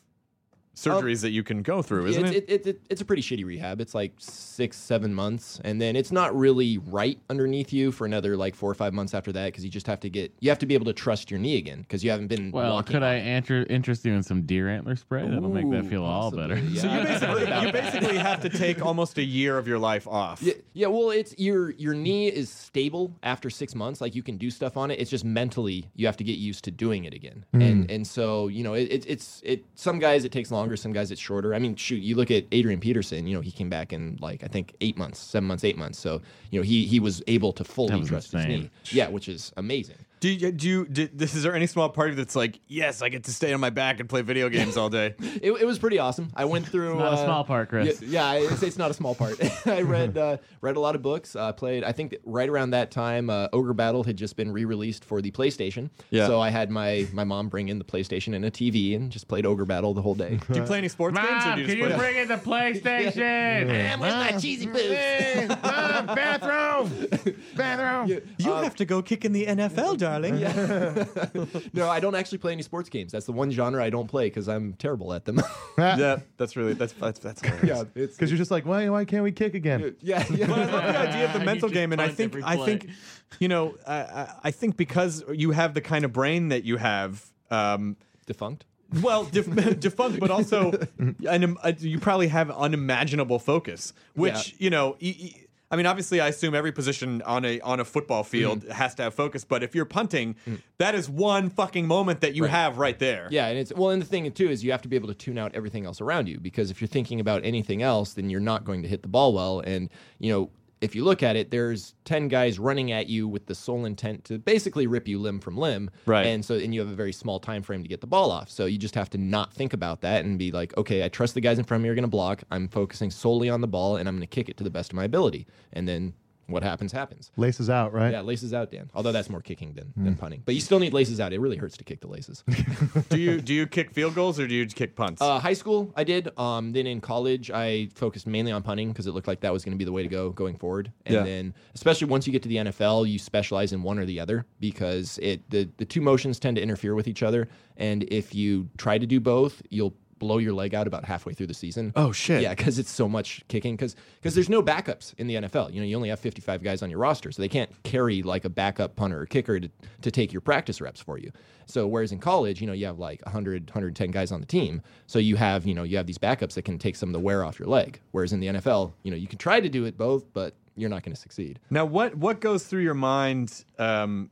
J: surgeries that you can go through, isn't
I: it's,
J: it?
I: It, it, it's a pretty shitty rehab. It's like six, seven months, and then it's not really right underneath you for another like four or five months after that because you just have to get you have to be able to trust your knee again because you haven't been.
H: Well,
I: walking.
H: could I enter, interest you in some deer antler spray? That'll make that
I: Ooh,
H: feel all
I: possibly,
H: better.
I: yeah.
J: So you basically you basically have to take almost a year of your life off.
I: Yeah, yeah, well, it's your your knee is stable after six months. Like you can do stuff on it. It's just mentally you have to get used to doing it again.
H: Hmm.
I: And and so you know it, it, it's it. Some guys it takes longer. Some guys it's shorter. I mean, shoot, you look at Adrian Peterson. You know he came back in like I think eight months, seven months, eight months. So you know he he was able to fully
H: was
I: trust his
H: insane.
I: knee. Yeah, which is amazing.
J: Do you, do you do, this? Is there any small party that's like, yes, I get to stay on my back and play video games all day?
I: It, it was pretty awesome. I went through
H: not a
I: uh,
H: small part, Chris.
I: y- Yeah, I- it's, it's not a small part. I read uh, read a lot of books. I played. I think that right around that time, uh, Ogre Battle had just been re released for the PlayStation.
J: Yeah.
I: So I had my my mom bring in the PlayStation and a TV and just played Ogre Battle the whole day.
J: Do you play any sports games? Or
H: Mom,
J: do you
H: can
J: just
H: you
J: play
H: bring in the PlayStation?
I: Mom, where's my cheesy boots?
H: Mom, bathroom, bathroom.
J: You have to go kick in the NFL, darling.
I: no, I don't actually play any sports games. That's the one genre I don't play because I'm terrible at them.
J: yeah, that's really that's that's that's. hilarious.
I: it's
G: Because you're just like, why, why can't we kick again?
I: yeah, yeah.
J: But I love the idea of the
H: You
J: mental
H: just
J: game, and I
H: punt
J: think
H: every
J: I
H: play.
J: think, you know, I- I, I think because you have the kind of brain that you have, um,
I: defunct.
J: well, def- defunct, but also an, uh, you probably have unimaginable focus, which you know. E- e- I mean, obviously, I assume every position on a on a football field
I: Mm-hmm.
J: has to have focus. But if you're punting, that is one fucking moment that you have right there.
I: Mm. Yeah, and it's well, and the thing too is you have to be able to tune out everything else around you because if you're thinking about anything else, then you're not going to hit the ball well. And you know, if you look at it, there's ten guys running at you with the sole intent to basically rip you limb from limb.
J: Right.
I: And so, and you have a very small time frame to get the ball off. So you just have to not think about that and be like, okay, I trust the guys in front of me are going to block. I'm focusing solely on the ball, and I'm going to kick it to the best of my ability. And then what happens happens.
G: Laces out, right? Hmm.
I: Yeah, laces out, Dan. Although that's more kicking than, than punting. But you still need laces out. It really hurts to kick the laces.
J: do you do you kick field goals or do you kick punts?
I: Uh, high school, I did. Um, then in college, I focused mainly on punting because it looked like that was going to be the way to go going forward. And
J: Yeah.
I: then, especially once you get to the NFL, you specialize in one or the other because it the, the two motions tend to interfere with each other. And if you try to do both, you'll blow your leg out about halfway through the season.
J: Oh, shit.
I: Yeah, because it's so much kicking. Because there's no backups in the NFL. You know, you only have 55 guys on your roster, so they can't carry like a backup punter or kicker to, to take your practice reps for you. So whereas in college, you know, you have like 100, 110 guys on the team, so you have you know you have these backups that can take some of the wear off your leg. Whereas in the NFL, you know, you can try to do it both, but you're not going to succeed.
J: Now, what what goes through your mind um,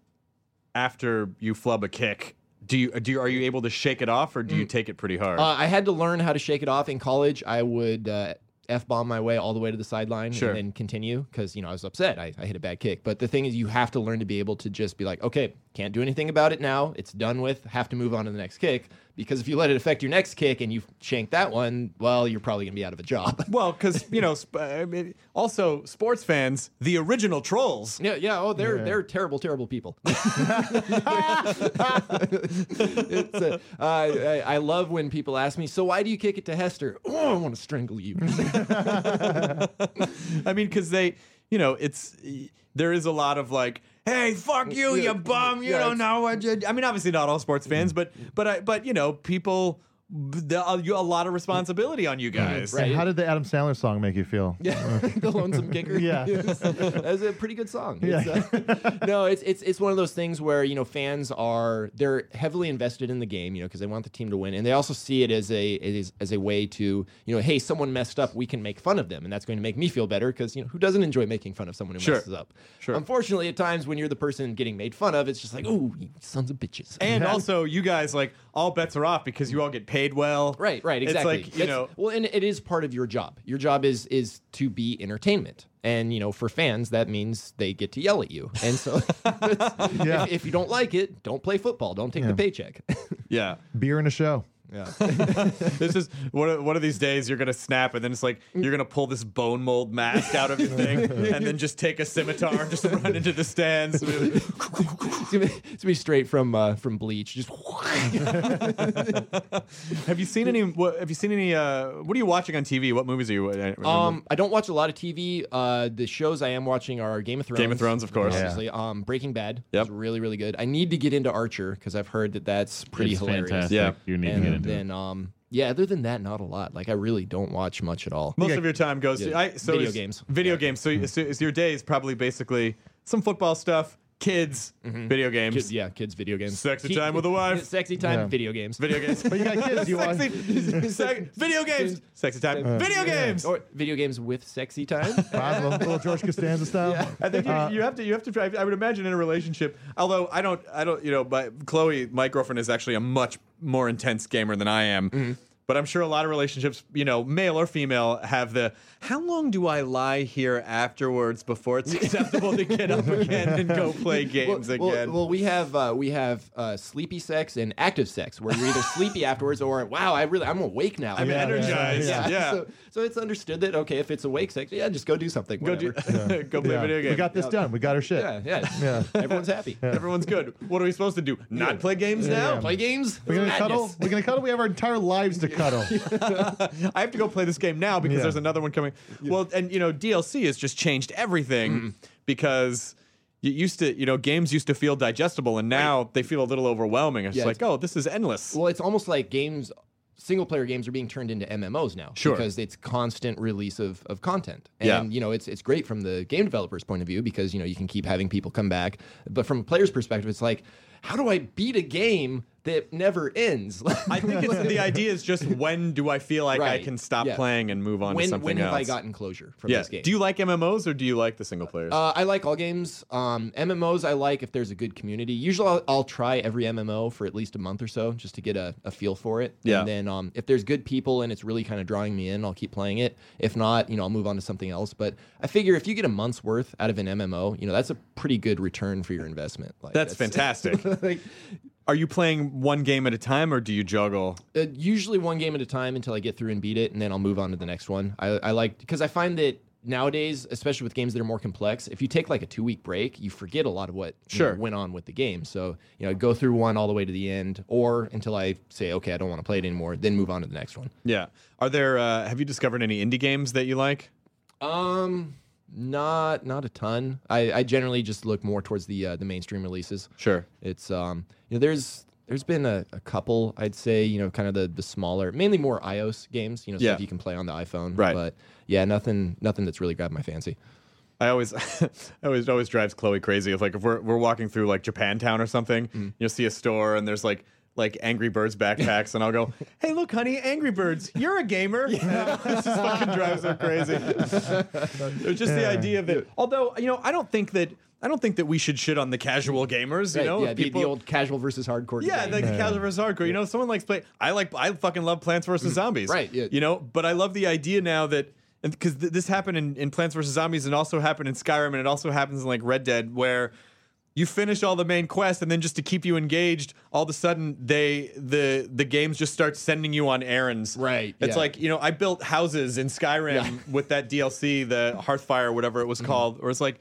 J: after you flub a kick? Do you do you, are you able to shake it off, or do you take it pretty hard?
I: Uh, I had to learn how to shake it off in college. I would uh, f bomb my way all the way to the sideline
J: Sure.
I: and then continue because you know I was upset. I, I hit a bad kick. But the thing is, you have to learn to be able to just be like, okay, can't do anything about it now. It's done with. Have to move on to the next kick because if you let it affect your next kick and you shank that one, well, you're probably gonna be out of a job.
J: well, because you know, sp- I mean, also sports fans, the original trolls.
I: Yeah, yeah. Oh, they're they're terrible, terrible people. it's uh, uh, I, I love when people ask me, so why do you kick it to Hester? Oh, I want to strangle you.
J: I mean, because they, you know, it's there is a lot of like, hey, fuck you, you
I: Yeah.
J: bum, you
I: Yeah,
J: don't
I: it's-
J: know what you. I mean, obviously not all sports fans, but but I but you know, people, there are a lot of responsibility on you guys.
G: And how did the Adam Sandler song make you feel?
I: Yeah, the lonesome kicker.
G: Yeah.
I: Yes. that was a pretty good song. It's, uh, no, it's it's it's one of those things where you know fans are they're heavily invested in the game, you know, because they want the team to win, and they also see it as a as, as a way to you know, hey, someone messed up, we can make fun of them, and that's going to make me feel better because you know who doesn't enjoy making fun of someone who
J: Sure.
I: messes up.
J: Sure.
I: Unfortunately, at times when you're the person getting made fun of, it's just like, oh, you sons of bitches.
J: And also, you guys like all bets are off because you all get paid well.
I: Right, right, exactly.
J: It's like you
I: That's-
J: know,
I: well, and it is part of your job. Your job is is to be entertainment, and you know, for fans, that means they get to yell at you. And so, it's-
G: Yeah.
I: if, if you don't like it, don't play football. Don't take
G: Yeah.
I: the paycheck.
J: yeah.
G: Beer and a show.
I: yeah.
J: This is one of, one of these days you're gonna snap, and then it's like you're gonna pull this bone mold mask out of your thing, and then just take a scimitar and just run into the stands.
I: It's gonna, be, it's gonna be straight from uh, from Bleach. Just
J: Have you seen any? What, have you seen any? Uh, what are you watching on TV? What movies are you? uh, I- I
I: um, I don't watch a lot of TV. Uh, the shows I am watching are Game of Thrones.
J: Game of Thrones, of course.
I: Obviously, um, Breaking Bad
J: Yep.
I: is really really good. I need to get into Archer because I've heard that that's pretty
H: it's
I: hilarious.
H: fantastic.
J: Yeah.
H: You need
I: and
H: to get into
I: then,
H: it.
I: um, yeah, other than that, not a lot. Like I really don't watch much at all.
J: most of your time goes to
I: Yeah.
J: I, so
I: Video
J: is-
I: games.
J: Video games. So, so, so your day is probably basically some football stuff, kids, video games.
I: Kid- yeah, kids, video games,
J: Sexy time with the wife.
I: sexy time,
G: Yeah.
I: video games,
J: Video games.
G: But you got kids. You want
J: Sexy. Sex, video games. Sexy time. video games.
I: or video games with sexy time.
G: possible. little George Costanza style. Uh,
J: I think you, you have to. You have to. try- I would imagine in a relationship. Although I don't. I don't. You know, my Chloe, my girlfriend, is actually a much more intense gamer than I am.
I: Mm-hmm.
J: But I'm sure a lot of relationships, you know, male or female, have the how long do I lie here afterwards before it's acceptable to get up again and go play games
I: well,
J: again?
I: well, we have uh, we have uh, sleepy sex and active sex, where you're either sleepy afterwards or wow, I really I'm awake now.
J: I'm
I: Yeah.
J: energized. Yeah.
I: Yeah. So, so it's understood that okay, if it's awake sex, yeah, just go do something.
J: go do.
I: whatever.
J: go play
G: Yeah.
J: video games.
G: We got this done. We got our shit.
I: yeah, yeah, Everyone's happy.
J: Everyone's good. What are we supposed to do? Not play games now?
I: Play games.
G: We're gonna
I: Madness.
G: cuddle. We're gonna cuddle. We have our entire lives to cuddle.
J: I have to go play this game now because
G: Yeah.
J: there's another one coming. Well, and you know, DLC has just changed everything because you used to, you know, games used to feel digestible and now they feel a little overwhelming. It's
I: Yeah,
J: like, oh, this is endless.
I: Well, it's almost like games, single player games are being turned into MMOs now.
J: Sure.
I: Because it's constant release of, of content. And,
J: Yeah.
I: you know, it's it's great from the game developer's point of view because, you know, you can keep having people come back. But from a player's perspective, it's like, how do I beat a game that never ends?
J: I think it's, the idea is just when do I feel like I
I: Right.
J: can stop
I: Yeah.
J: playing and move on
I: when
J: to something
I: when
J: else?
I: have I gotten closure from
J: yeah.
I: this game?
J: Do you like MMOs or do you like the single players?
I: Uh, I like all games. Um, MMOs I like if there's a good community. Usually I'll, I'll try every MMO for at least a month or so just to get a, a feel for it.
J: Yeah.
I: And then um, if there's good people and it's really kind of drawing me in, I'll keep playing it. If not, you know, I'll move on to something else. But I figure if you get a month's worth out of an MMO, you know, that's a pretty good return for your investment. Like
J: that's, fantastic.
I: like,
J: Are you playing one game at a time or do you juggle?
I: uh, usually one game at a time until I get through and beat it, and then I'll move on to the next one. I, I like because I find that nowadays, especially with games that are more complex, if you take like a two week break, you forget a lot of what you know,
J: Sure.
I: went on with the game. So you know, I go through one all the way to the end, or until I say, okay, I don't want to play it anymore, then move on to the next one.
J: Yeah. Are there? Uh, have you discovered any indie games that you like?
I: Um, not not a ton. I, I generally just look more towards the uh, the mainstream releases.
J: Sure.
I: It's um, you know, there's there's been a, a couple I'd say you know kind of the the smaller, mainly more iOS games. You know,
J: Yeah.
I: stuff you can play on the iPhone.
J: Right.
I: But yeah, nothing nothing that's really grabbed my fancy.
J: I always, I always, it always drives Chloe crazy. If like if we're we're walking through like Japantown or something, you'll see a store and there's like like Angry Birds backpacks, and I'll go, "Hey, look, honey, Angry Birds, you're a gamer." this just fucking drives her crazy. it was just the idea that, although you know, I don't think that I don't think that we should shit on the casual gamers. You
I: Right,
J: know,
I: yeah,
J: if
I: the, the old casual versus hardcore.
J: yeah,
I: debate.
J: like the casual versus hardcore. You know, if someone likes play. I like. I fucking love Plants vs Zombies.
I: Mm. Right, yeah.
J: You know, but I love the idea now that because th- this happened in, in Plants vs Zombies and also happened in Skyrim and it also happens in like Red Dead where you finish all the main quests and then just to keep you engaged, all of a sudden they the the games just start sending you on errands.
I: Right, yeah.
J: It's like you know, I built houses in Skyrim with that DLC, the Hearthfire, whatever it was
I: Mm-hmm.
J: called, or it's like.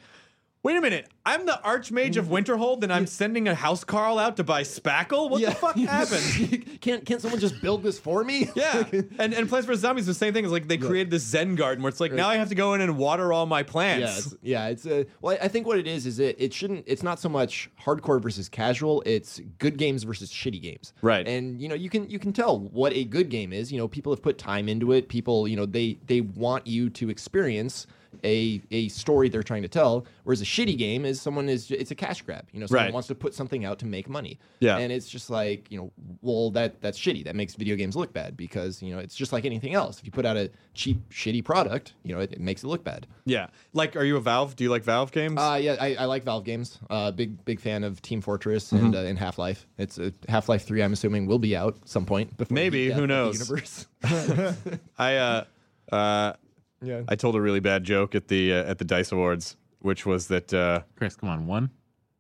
J: Wait a minute! I'm the Archmage
I: Mm.
J: of Winterhold, and I'm sending a housecarl out to buy spackle. What
I: Yeah.
J: the fuck happened?
I: can't can't someone just build this for me?
J: yeah, and and Plants vs Zombies is the same thing. It's like they created this Zen garden where it's like now I have to go in and water all my
I: Yeah,
J: plants.
I: it's, yeah. It's a, well, I- I think what it is is it it shouldn't. It's not so much hardcore versus casual. It's good games versus shitty games.
J: Right.
I: And you know you can you can tell what a good game is. You know people have put time into it. People you know they they want you to experience a a story they're trying to tell. Whereas a shitty game is someone is it's a cash grab. You know someone
J: Right.
I: wants to put something out to make money.
J: Yeah.
I: And it's just like you know well that that's shitty. That makes video games look bad because you know it's just like anything else. If you put out a cheap shitty product, you know it, it makes it look bad.
J: Yeah. Like, are you a Valve? Do you like Valve games?
I: Uh, yeah, I, I like Valve games. Uh, big big fan of Team Fortress and, uh, and Half Life. It's uh, Half Life Three. I'm assuming will be out some point. Before the
J: Maybe,
I: death
J: who
I: of the
J: knows?
I: universe.
J: I uh, uh,
I: Yeah.
J: I told a really bad joke at the uh, at the Dice Awards, which was that. Uh,
H: Chris, come on, one.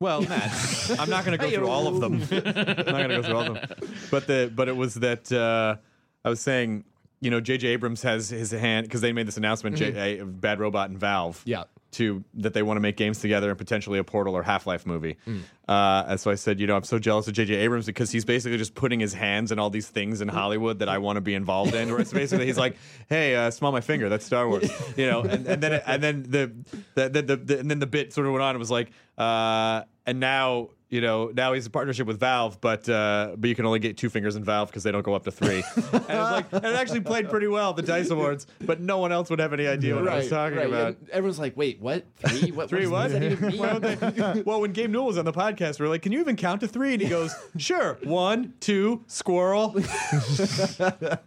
J: well, Matt, I'm not going to go through all of them. I'm not going to go through all of them. But the but it was that uh, I was saying, you know, J.J. Abrams has his hand because they made this announcement, J- uh, Bad Robot and Valve,
I: Mm-hmm. Yeah.
J: to that they want to make games together and potentially a Portal or Half Life movie.
I: Hmm.
J: Uh, and so I said, you know, I'm so jealous of J.J. Abrams because he's basically just putting his hands in all these things in Hollywood that I want to be involved in. Where it's basically he's like, hey, uh, smell my finger, that's Star Wars, you know. And, and then it- and then the, the, the, the, the and then the bit sort of went on. It was like, uh, and now. You know, now he's a partnership with Valve, but uh, but you can only get two fingers in Valve because they don't go up to three. and, it was like, and it actually played pretty well at the Dice Awards, but no one else would have any idea what I was talking
I: right.
J: about.
I: And everyone's like, wait, what? Three? What?
J: Three
I: what?
J: what?
I: does that even mean?
J: Why would they- well, when Gabe Newell was on the podcast, we were like, "Can you even count to three? And he goes, "Sure, one, two, squirrel." but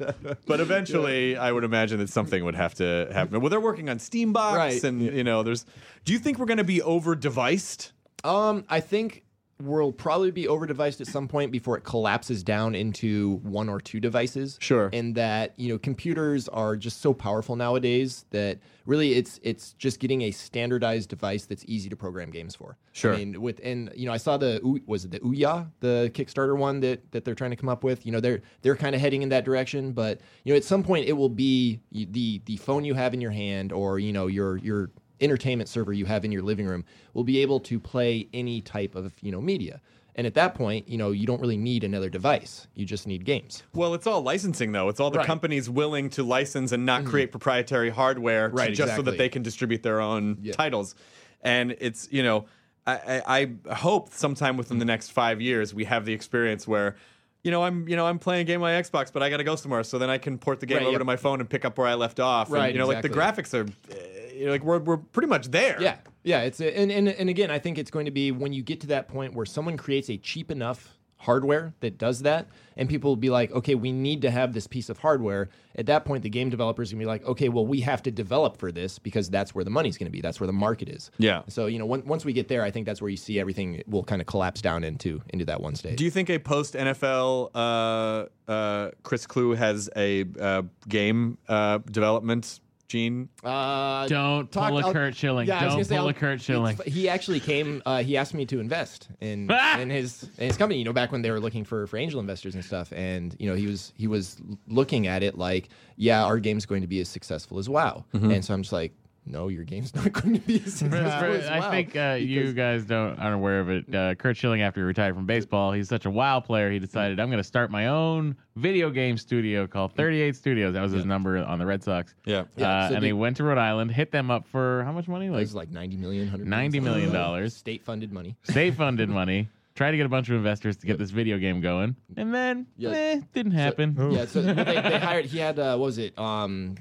J: eventually, I would imagine that something would have to happen. Well, they're working on Steambox,
I: Right.
J: and you know, there's. Do you think we're going to be over deviced?
I: Um, I think we'll probably be over deviced at some point before it collapses down into one or two devices.
J: Sure.
I: And that, you know, computers are just so powerful nowadays that really it's it's just getting a standardized device that's easy to program games for.
J: Sure.
I: I mean, with and you know, I saw the Ou- was it the Ouya, the Kickstarter one that that they're trying to come up with. You know, they're they're kind of heading in that direction, but you know, at some point it will be y- the the phone you have in your hand or, you know, your your entertainment server you have in your living room will be able to play any type of you know media and at that point you know you don't really need another device you just need games
J: Well, it's all licensing, though. It's all the
I: Right. Mm-hmm.
J: companies willing to license and not create proprietary hardware, to-
I: Right,
J: just so
I: exactly.
J: that they can distribute their own
I: Yeah.
J: titles. And it's you know, I, I, I hope sometime within the next five years we have the experience where. You know, I'm you know I'm playing a game on my Xbox, but I got to go somewhere, so then I can port the game
I: Right,
J: over
I: yep.
J: to my phone and pick up where I left off.
I: Right,
J: and, you know, like the
I: exactly.
J: graphics are, uh, you know, like we're we're pretty much there.
I: yeah yeah it's a, and, and and again i think it's going to be when you get to that point where someone creates a cheap enough hardware that does that and people will be like okay we need to have this piece of hardware at that point the game developers going to be like okay well we have to develop for this because that's where the money's going to be that's where the market is
J: Yeah.
I: so you know on- once we get there i think that's where you see everything will kind of collapse down into into that one stage
J: Do you think a post NFL uh, uh, Chris Clue has a uh, game uh, development gene
I: Uh,
H: Don't
I: talk-
H: pull a
I: I'll-
H: Kurt Schilling.
I: I was
H: Don't
I: gonna say,
H: pull a
I: I'll-
H: Kurt
I: it's
H: Schilling.
I: fu- He actually came. Uh, he asked me to invest in
H: Ah!
I: in his in his company. You know, back when they were looking for for angel investors and stuff. And you know, he was he was l- looking at it like, yeah, our game's going to be as successful as WoW. And so I'm just like, no, your game's not going to be
H: Mm-hmm. For- for- I think uh, you guys don't aren't aware of it. Uh, Kurt Schilling, after he retired from baseball, he's such a WoW player. He decided I'm going to start my own video game studio called 38 Studios. That was his number on the Red Sox.
J: Yeah.
I: Yeah,
H: uh,
I: so
H: and
I: the-
H: he went to Rhode Island, hit them up for how much money? Like
I: was like 90 million, 100
H: 90 million dollars.
I: state funded money.
H: state funded money. Tried to get a bunch of investors to get this video game going, and then
I: Yeah.
H: eh, didn't happen.
I: Yeah, so well, they, they hired. He had uh, what was it? Um,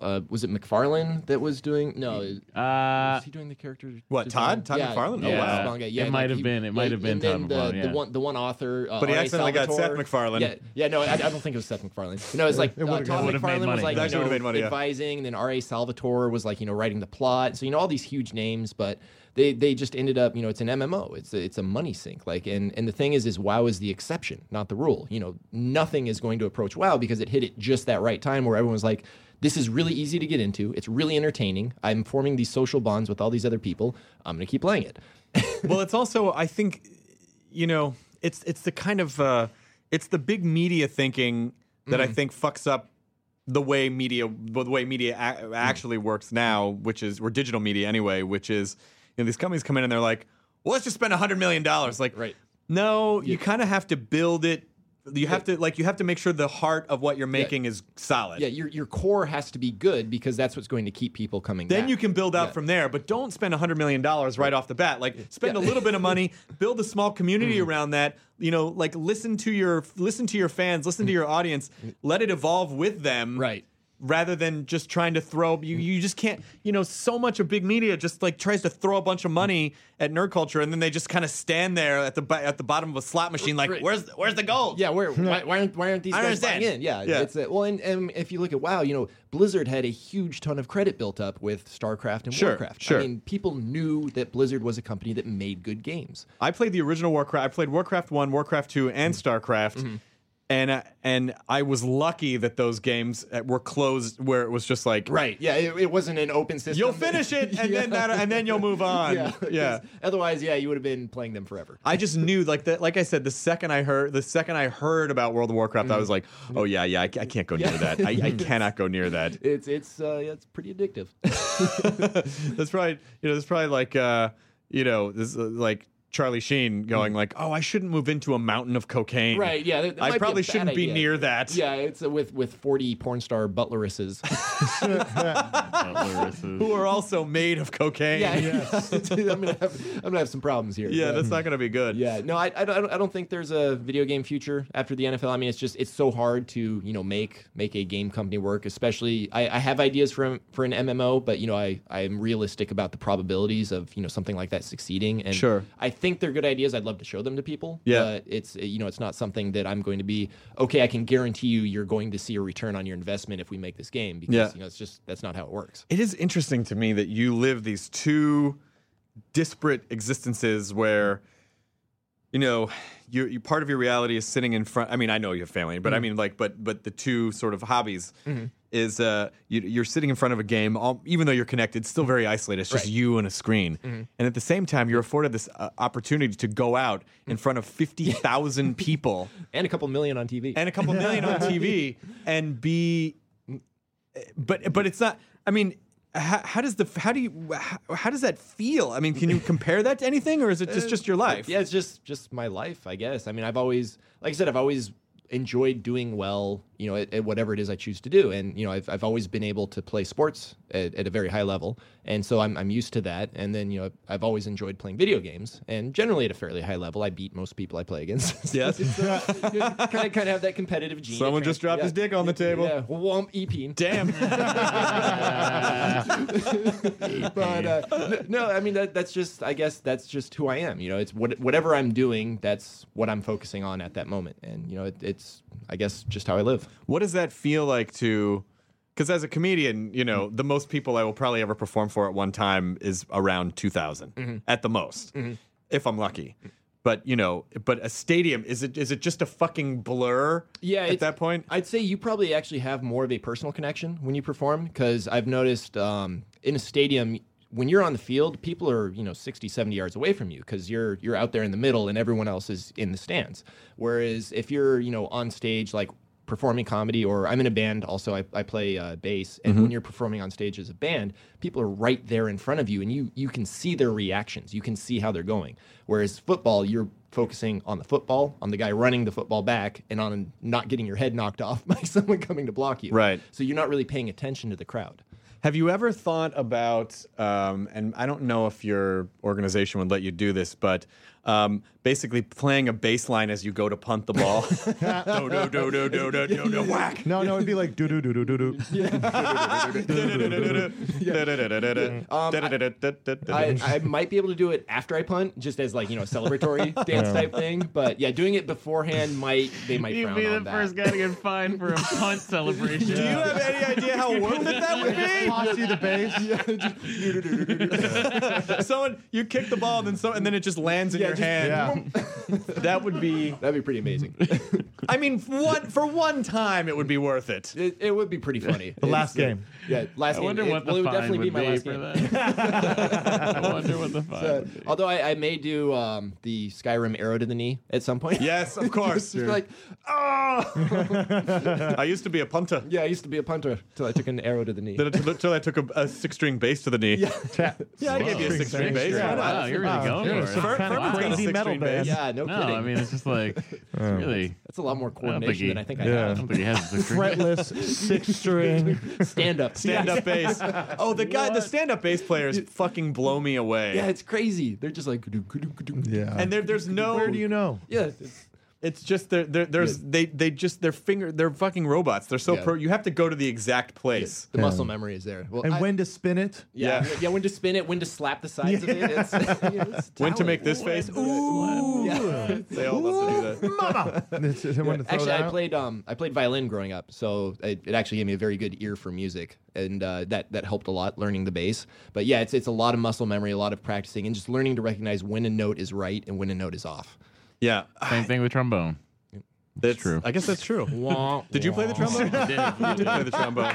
I: uh, was it McFarlane that was doing? No, it-
H: Uh,
I: was he doing the character?
J: What,
I: design?
J: Todd? Todd
I: yeah,
J: McFarlane?
I: Yeah,
J: Oh, wow.
I: Manga, yeah,
H: It
I: like,
H: might have
I: he-
H: been- it might
I: yeah,
H: have been
I: and then
H: Todd
I: the,
H: McFarlane,
I: the
H: yeah.
I: one, the one author. Uh,
J: But he
I: R.A.
J: accidentally got
I: Salvatore.
J: Seth McFarlane.
I: Yeah, yeah, no, I, I don't think it was Seth McFarlane. No, it's like
G: It
I: uh,
G: would've
I: Todd
G: made
I: McFarlane
H: money.
I: was like
J: That
I: you
J: actually
I: know,
J: would've made money, yeah.
I: advising, and then R.A. Salvatore was like you know writing the plot. So you know all these huge names, but. They, they just ended up you know it's an MMO it's a, it's a money sink like and and the thing is is WoW is the exception not the rule you know nothing is going to approach WoW because it hit it just that right time where everyone's like this is really easy to get into it's really entertaining I'm forming these social bonds with all these other people I'm gonna keep playing it
J: well, it's also I think you know it's it's the kind of uh, it's the big media thinking that I
I: Mm.
J: think fucks up the way media the way media a- actually works now, which is or digital media anyway, which is you know these companies come in and they're like, well, let's just spend hundred million dollars. Like,
I: Right.
J: No, you kind of have to build it. You have to like you have to make sure the heart of what you're making is solid.
I: Yeah, your your core has to be good because that's what's going to keep people coming.
J: Then
I: back.
J: you can build out
I: Yeah.
J: from there, but don't spend $100 million right off the bat. Like, spend
I: Yeah. Mm.
J: a little bit of money, build a small community around that. You know, like listen to your listen to your fans, listen to your audience, let it evolve with them.
I: Mm. Right. Mm.
J: Rather than just trying to throw you you just can't, you know, so much of big media just like tries to throw a bunch of money
I: Mm.
J: at nerd culture and then they just kind of stand there at the bo- at the bottom of a slot machine like,
I: Right.
J: "Where's where's the gold?"
I: Yeah, where why, why aren't why aren't these
J: I
I: guys buying
J: understand.
I: in? Yeah,
J: Yeah.
I: it's a, well, and, and if you look at WoW, you know Blizzard had a huge ton of credit built up with StarCraft and
J: Sure,
I: Warcraft.
J: sure.
I: I mean, people knew that Blizzard was a company that made good games.
J: I played the original Warcraft. I played Warcraft One, Warcraft Two, and Starcraft, and uh, and I was lucky that those games uh, were closed where it was just like
I: Right. Yeah, it, it wasn't an open system.
J: You'll finish it, and then that, and then you'll move on. Yeah.
I: yeah, 'cause Otherwise, yeah, you would have been playing them forever.
J: I just knew, like that, like I said, the second I heard, the second I heard about World of Warcraft, I was like, oh yeah, yeah, I, ca- I can't go near that. I, I cannot go near that.
I: It's it's uh, yeah, it's pretty addictive.
J: that's probably you know that's probably like uh you know this uh, like Charlie Sheen going like oh I shouldn't move into a mountain of cocaine
I: Mm. Right, yeah, that- that might be
J: I
I: a
J: probably
I: bad
J: shouldn't be
I: idea.
J: near that
I: yeah, it's uh, with with forty porn star butleresses.
J: who are also made of cocaine
I: yeah, I'm gonna have I'm gonna have some problems here.
J: Yeah, that's not gonna be good
I: Yeah, no, I, I, don't, I don't think there's a video game future after the NFL. I mean, it's just it's so hard to you know make make a game company work. Especially, I, I have ideas for for an MMO, but you know, I I am realistic about the probabilities of you know something like that succeeding. And
J: Sure.
I: I think they're good ideas. I'd love to show them to people.
J: Yeah.
I: but it's you know it's not something that I'm going to be okay. I can guarantee you you're going to see a return on your investment if we make this game because
J: Yeah.
I: you know it's just that's not how it works.
J: it is interesting to me that you live these two disparate existences where you know you, you part of your reality is sitting in front i mean i know you have family but i mean like but but the two sort of hobbies is uh you, you're sitting in front of a game all, even though you're connected still very isolated it's just
I: Right.
J: you and a screen and at the same time you're afforded this uh, opportunity to go out in front of 50,000 people
I: And a couple million on TV.
J: and a couple million on TV and be but but it's not I mean how, how does the how do you how, how does that feel? I mean, can you compare that to anything or is it just just your life?
I: Uh, Yeah, it's just just my life, I guess. I mean, I've always, like I said, I've always enjoyed doing well, you know, at, at whatever it is I choose to do, and you know, I've I've always been able to play sports at, at a very high level, and so I'm I'm used to that. And then you know, I've, I've always enjoyed playing video games, and generally at a fairly high level, I beat most people I play against.
J: Yes.
I: kind of kind of have that competitive gene.
J: Someone just dropped his dick on the table.
I: Yeah, womp EP.
J: Damn.
I: but uh, n- no, I mean that, that's just I guess that's just who I am. You know, it's what whatever I'm doing, that's what I'm focusing on at that moment, and you know, it, it's I guess just how I live.
J: what does that feel like to because as a comedian, you know, the most people I will probably ever perform for at one time is around 2000
I: Mm-hmm.
J: at the most, if I'm lucky. But, you know, but a stadium is it is it just a fucking blur
I: Yeah,
J: at
I: it's-
J: that point?
I: I'd say you probably actually have more of a personal connection when you perform because I've noticed um, in a stadium when you're on the field, people are you know 60, 70 yards away from you because you're you're out there in the middle and everyone else is in the stands. Whereas if you're you know on stage like performing comedy or I'm in a band also I, I play uh, bass and
J: Mhm.
I: when you're performing on stage as a band people are right there in front of you and you you can see their reactions you can see how they're going whereas football you're focusing on the football on the guy running the football back and on not getting your head knocked off by someone coming to block you
J: Right.
I: so you're not really paying attention to the crowd
J: Have you ever thought about, um, and I don't know if your organization would let you do this, but um, basically playing a bass line as you go to punt the ball? do, do, do, do, do, do, do, do, whack.
G: No, no, it'd be like do do do do do do.
I: I, I might be able to do it after I punt, just as like you know, a celebratory dance
G: Yeah.
I: type thing. But yeah, doing it beforehand might they might
H: You'd
I: frown
H: be the
I: on that.
H: first guy to get fined for a punt celebration.
J: Do you have any idea how worth it that would be?
G: Posse the bass.
J: Someone you kick the ball, and then so, and then it just lands in
I: Yeah,
J: your
I: just-
J: hand. That would be.
I: That'd be pretty amazing.
J: I mean, for one for one time, it would be worth it.
I: It, it would be pretty funny.
G: The last
I: It's-
G: game.
I: Yeah, last
H: I
I: game.
H: wonder
I: It-
H: what
I: well,
H: the
I: it would
H: fine
I: definitely
H: would
I: be
H: be,
I: my last
H: for
I: game.
H: that. I wonder what the fine
I: So,
H: would be.
I: although I, I may do um, the Skyrim arrow to the knee at some point.
J: Yes, of course.
I: Just like, oh,
J: I used to be a punter.
I: yeah. I used to be a punter till I took an arrow to the knee.
J: Then until I took a, a six-string bass to the knee. Yeah, yeah I gave you a
G: Six-string
J: six-string
G: bass.
J: bass.
G: Yeah.
J: Why not?
H: Wow, you're really going
G: yeah,
H: for
G: some
H: it.
G: kind of
H: Wow.
G: crazy metal
J: Got a six-string
G: band.
J: bass.
I: yeah, no,
H: No,
I: kidding.
H: I mean it's just like it's really.
I: that's a lot
H: I
I: more
H: don't think
I: coordination
H: he,
I: than I think I
G: Yeah.
I: have.
H: don't think he has the
G: Fretless six string.
I: Stand up,
J: Stand up bass. Oh, the guy, the stand up bass players fucking blow me away.
I: Yeah, it's crazy. They're just like, "Kadoo, kadoo, kadoo."
G: Yeah.
J: and there, there's no.
G: where do you know?
I: yeah. it's-
J: It's just they're, they're, there's they they just their finger they're fucking robots. They're so
I: Yeah.
J: pro. You have to go to the exact place.
I: The muscle memory is there. Well,
G: And
I: I-
G: when to spin it?
I: yeah,
J: Yeah.
I: yeah, when to spin it, when to slap the sides of it. It's, you know, it's
J: When to
I: talent.
J: make this face? Ooh,
I: Yeah.
J: they all love to do that.
G: Mama. It's- it's when to throw
I: Actually,
G: that
I: I
G: out.
I: played um I played violin growing up, so it, it actually gave me a very good ear for music, and uh, that that helped a lot learning the bass. But yeah, it's it's a lot of muscle memory, a lot of practicing, and just learning to recognize when a note is right and when a note is off.
J: Yeah,
H: Same thing with trombone.
J: that's
H: true.
J: I guess that's true. Did you play the trombone? you did play the trombone.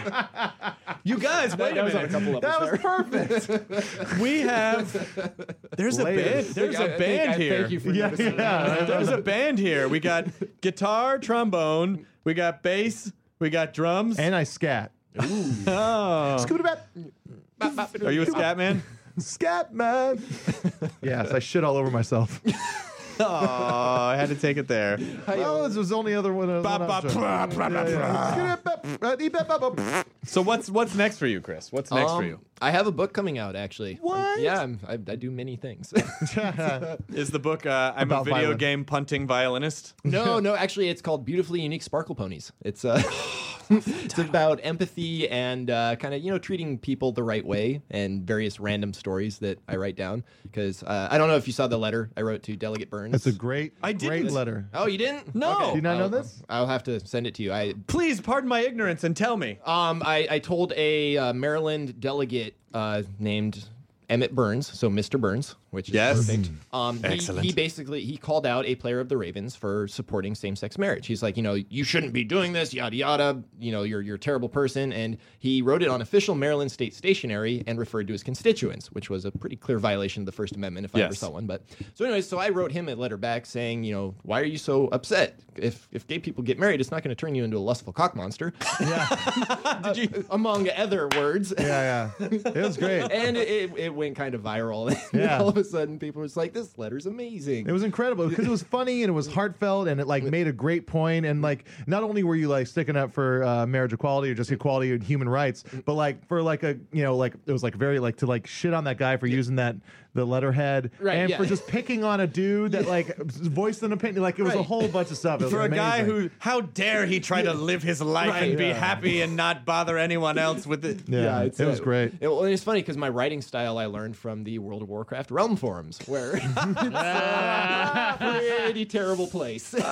J: You guys, wait a
I: That was on a
J: minute.
I: couple levels
G: That was
I: there.
G: perfect.
J: We have. There's a band.
G: Layers.
J: There's
I: I- I
J: a
I: think-
J: band
I: I
J: here.
I: Thank you for
G: yeah,
I: noticing.
G: yeah.
J: There's a band here. We got guitar, trombone, we got bass, we got drums.
G: And I scat.
H: uh,
J: oh.
G: Scootabat.
J: Are you a scat man?
G: Scat man. yes, I shit all over myself.
J: Oh, I had to take it there.
G: oh, this was the only other one. one
J: Ba, ba,
G: option.
J: pra, pra, pra,
G: Yeah, yeah. uh, Scoot-a-bop-a-bop.
J: So what's what's next for you, Chris? What's next for
I: Um,
J: you?
I: I have a book coming out actually. Um,
J: What?
I: Yeah, I'm, I, I do many things.
J: Is the book uh, I'm a
G: About
J: video
G: violin.
J: game punting violinist?
I: No, Oh, no, actually, it's called Beautifully Unique Sparkle Ponies. It's uh, it's about empathy and uh, kind of you know treating people the right way and various random stories that I write down because uh, I don't know if you saw the letter I wrote to Delegate Burns.
G: That's a great,
J: I
G: great
J: didn't.
G: letter.
I: oh, you didn't?
J: No. Do you
G: not know
I: I'll-
G: this?
I: I'll have to send it to you. I
J: Please pardon my ignorance and tell me.
I: um I, I told a uh, Maryland delegate uh, named Emmett Burns, so Mr. Burns, which is
J: Yes.
I: perfect. Um, he,
J: Excellent.
I: He basically he called out a player of the Ravens for supporting same-sex marriage. He's like, you know, you shouldn't be doing this, yada yada. You know, you're you're a terrible person. And he wrote it on official Maryland state stationery and referred to his constituents, which was a pretty clear violation of the First Amendment, if I ever
J: Yes.
I: saw one. But so anyway, so I wrote him a letter back saying, you know, why are you so upset? If if gay people get married, it's not going to turn you into a lustful cock monster,
J: Did you
I: among other words.
G: Yeah, yeah. It was great.
I: and it, it, it went kind of viral.
G: Yeah.
I: Yeah. all of a sudden, people was like, "This letter's amazing."
G: It was incredible because it was funny and it was heartfelt and it like made a great point and like not only were you like sticking up for uh, marriage equality or just equality and human rights, but like for like a you know like it was like very like to like shit on that guy for using that the letterhead
I: Right,
G: and
I: yeah.
G: for just picking on a dude that like voiced an opinion like it was a
I: Right.
G: whole bunch of stuff It was
J: for a guy
G: amazing.
J: who how dare he try to live his life and be
G: Yeah.
J: happy and not bother anyone else with it
G: yeah,
I: it's,
G: it was
I: uh,
G: great.
I: It, well, it's funny because my writing style I learned from the World of Warcraft realm forums, where it's a pretty terrible place.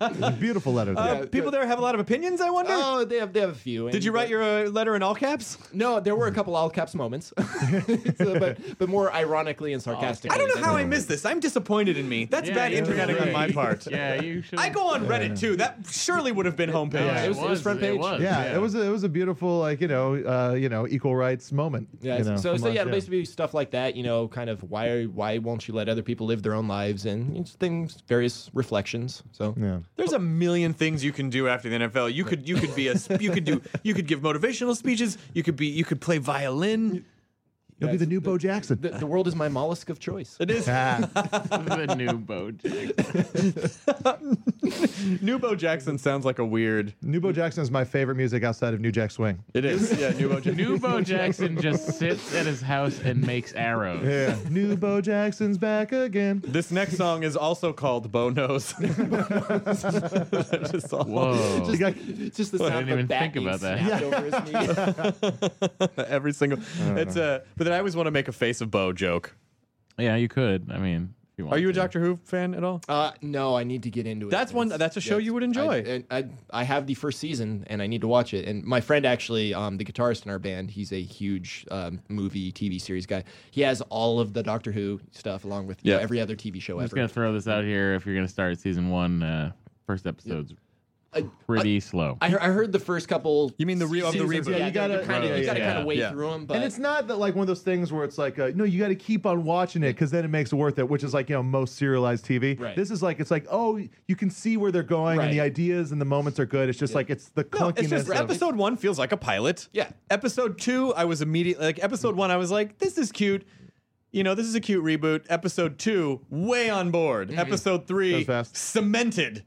G: It's a beautiful letter. though.
J: Uh, people there have a lot of opinions i wonder
I: oh, they have they have a few.
J: did
I: and-
J: you write
I: but-
J: your uh, letter in all caps
I: No, there were a couple all caps moments, So, but but more ironically and sarcastically.
J: i don't know
I: than
J: how i
I: normal.
J: missed this i'm disappointed in me that's
H: Yeah,
J: bad
H: yeah,
J: interneting
H: right.
J: on my part
H: Yeah, you should.
J: i go on reddit too that surely would have been homepage
H: Yeah,
I: It was- it was front page.
G: yeah, it was a, it was a beautiful like you know uh, you know equal rights moment.
I: Yeah.
G: you know,
I: so
G: from
I: so
G: us,
I: yeah, basically stuff like that. You know, kind kind of why why won't you let other people live their own lives and you know, things various reflections. So yeah.
J: There's a million things you can do after the NFL. You could you could be a sp- you could do you could give motivational speeches. You could be you could play violin.
G: You'll be the new Bo Jackson.
I: The, the world is my mollusk of choice.
J: It is.
H: the new boat.
J: New Bo Jackson sounds like a weird.
G: New Bo Jackson is my favorite music outside of New Jack Swing.
J: It is. Yeah, New Bo Jackson.
H: New Bo Jackson just sits at his house and makes arrows.
G: Yeah. new Bo Jackson's back again.
J: This next song is also called Bo Nose. Just all-
H: Whoa.
I: Just, it's just the sound
H: didn't
I: of a
H: even
I: bat
H: think
I: being
H: about that.
I: snapped over his knee.
J: Every single. It's a. But then I always want to make a face of Bo joke.
H: yeah, you could. I mean, if you want
J: Are you a
H: to.
J: Doctor Who fan at all?
I: Uh, no, I need to get into it.
J: That's one- that's a show you would enjoy.
I: I, and I, I have the first season, and I need to watch it. And my friend, actually, um, the guitarist in our band, he's a huge um, movie, TV series guy. He has all of the Doctor Who stuff, along with you know,
J: Yeah.
I: every other TV show
H: I'm just
I: ever.
H: gonna throw this out here. If you're gonna start season one, uh, first episode's
I: I,
H: pretty slow.
I: I, he- I heard the first couple.
J: You mean the re- of the
I: seasons,
J: reboot. Yeah,
I: Yeah,
G: you
I: you got to
G: gotta-
I: kind of
G: yeah,
I: you got to
H: yeah,
I: kind of wait
J: yeah.
I: through them, but
G: and it's not that like one of those things where it's like, uh, no, you got to keep on watching it because then it makes it worth it, which is like you know most serialized TV.
I: Right.
G: This is like it's like oh, you can see where they're going
I: Right.
G: and the ideas and the moments are good. It's just like it's the
J: No,
G: clunkiness.
J: it's just
G: of,
J: episode one feels like a pilot.
I: Yeah.
J: Episode two, I was immediately like episode one, I was like, this is cute. You know, this is a cute reboot. Episode two, way on board.
I: Mm-hmm.
J: Episode three,
G: Goes fast.
J: cemented.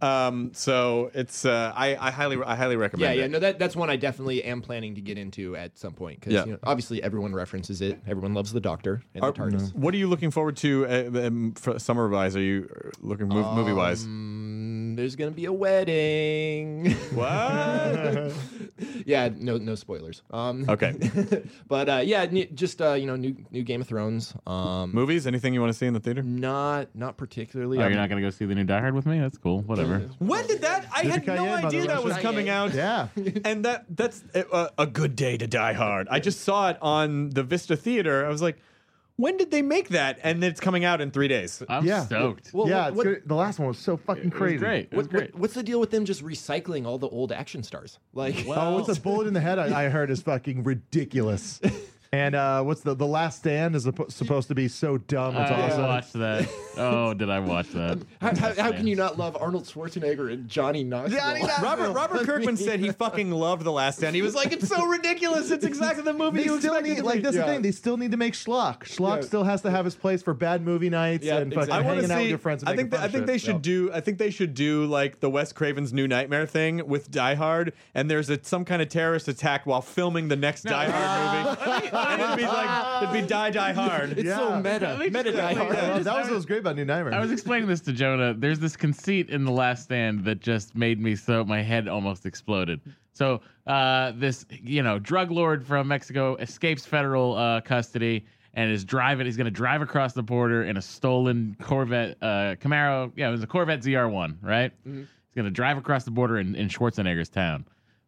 J: Um, so it's uh, I, I highly I highly recommend.
I: yeah, yeah.
J: it.
I: No, that that's one I definitely am planning to get into at some point because
J: Yeah.
I: you know, obviously everyone references it. Everyone loves the Doctor and
J: Are-
I: the TARDIS.
J: What are you looking forward to uh, um, for summer wise? Are you uh, looking movie wise?
I: Um, there's gonna be a wedding.
J: What?
I: yeah, no, no spoilers. Um,
J: okay.
I: but uh, yeah, ne- just uh, you know, new new Game of Thrones. Um,
J: Movies? Anything you want to see in the theater?
I: not not particularly.
H: Oh,
I: I'm-
H: you're not gonna go see the new Die Hard with me? That's cool. Whatever.
J: When did that? I had
G: Cayenne,
J: no
G: by the
J: idea
G: way.
J: that was
I: Cayenne.
J: coming out.
G: yeah.
J: and that that's uh, a good day to die hard. I just saw it on the Vista Theater. I was like, when did they make that? And it's coming out in three days.
H: I'm
G: Yeah.
H: stoked.
I: Well,
G: yeah,
I: what-
G: it's
I: what-
G: good. the last one was so fucking
H: It was
G: crazy.
H: great. It was
I: what,
H: great.
I: what- what's the deal with them just recycling all the old action stars? Like,
G: Oh, what's a bullet in the head? I, I heard is fucking ridiculous. and uh, what's the the last stand is suppo- supposed to be so dumb? It's
H: I
G: awesome.
H: watched that. Oh, did I watch that?
I: how, how, how can you not love Arnold Schwarzenegger and Johnny Knoxville?
J: Robert Robert Kirkman said he fucking loved The Last Stand. He was like, it's so ridiculous. It's exactly the movie
G: They
J: you
G: still
J: expected.
G: need
J: to
G: like
J: be."
G: that's
I: Yeah.
G: the thing. They still need to make schlock. Schlock
I: Yeah.
G: still has to have his place for bad movie nights
I: Yeah,
G: and fucking
I: exactly.
J: I want
G: hanging
J: to see.
G: out with your friends. And
J: I
G: making
J: think that,
G: fun
J: I
G: of
J: think
G: shit.
J: they should
G: Yeah.
J: do. I think they should do like the Wes Craven's New Nightmare thing with Die Hard, and there's a, some kind of terrorist attack while filming the next Die Hard movie. And it'd be like it'd be Die Die Hard.
I: It's so
G: Yeah.
I: meta.
H: They
I: Meta
H: just-
I: Die Hard.
G: Yeah, that was what was great about New Nightmare.
H: I was explaining this to Jonah. There's this conceit in The Last Stand that just made me so my head almost exploded. So uh, this you know drug lord from Mexico escapes federal uh, custody and is driving. He's going to drive across the border in a stolen Corvette uh, Camaro. Yeah, it was a Corvette ZR1, right? He's going to drive across the border in, in Schwarzenegger's town.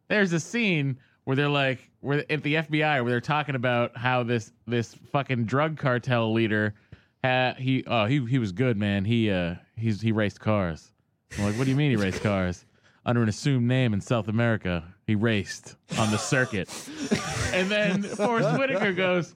H: There's a scene where they're like, where at the FBI, where they're talking about how this this fucking drug cartel leader Ha he oh he he was good man he uh he's he raced cars I'm like what do you mean he raced cars under an assumed name in South America he raced on the circuit and then Forrest Whitaker goes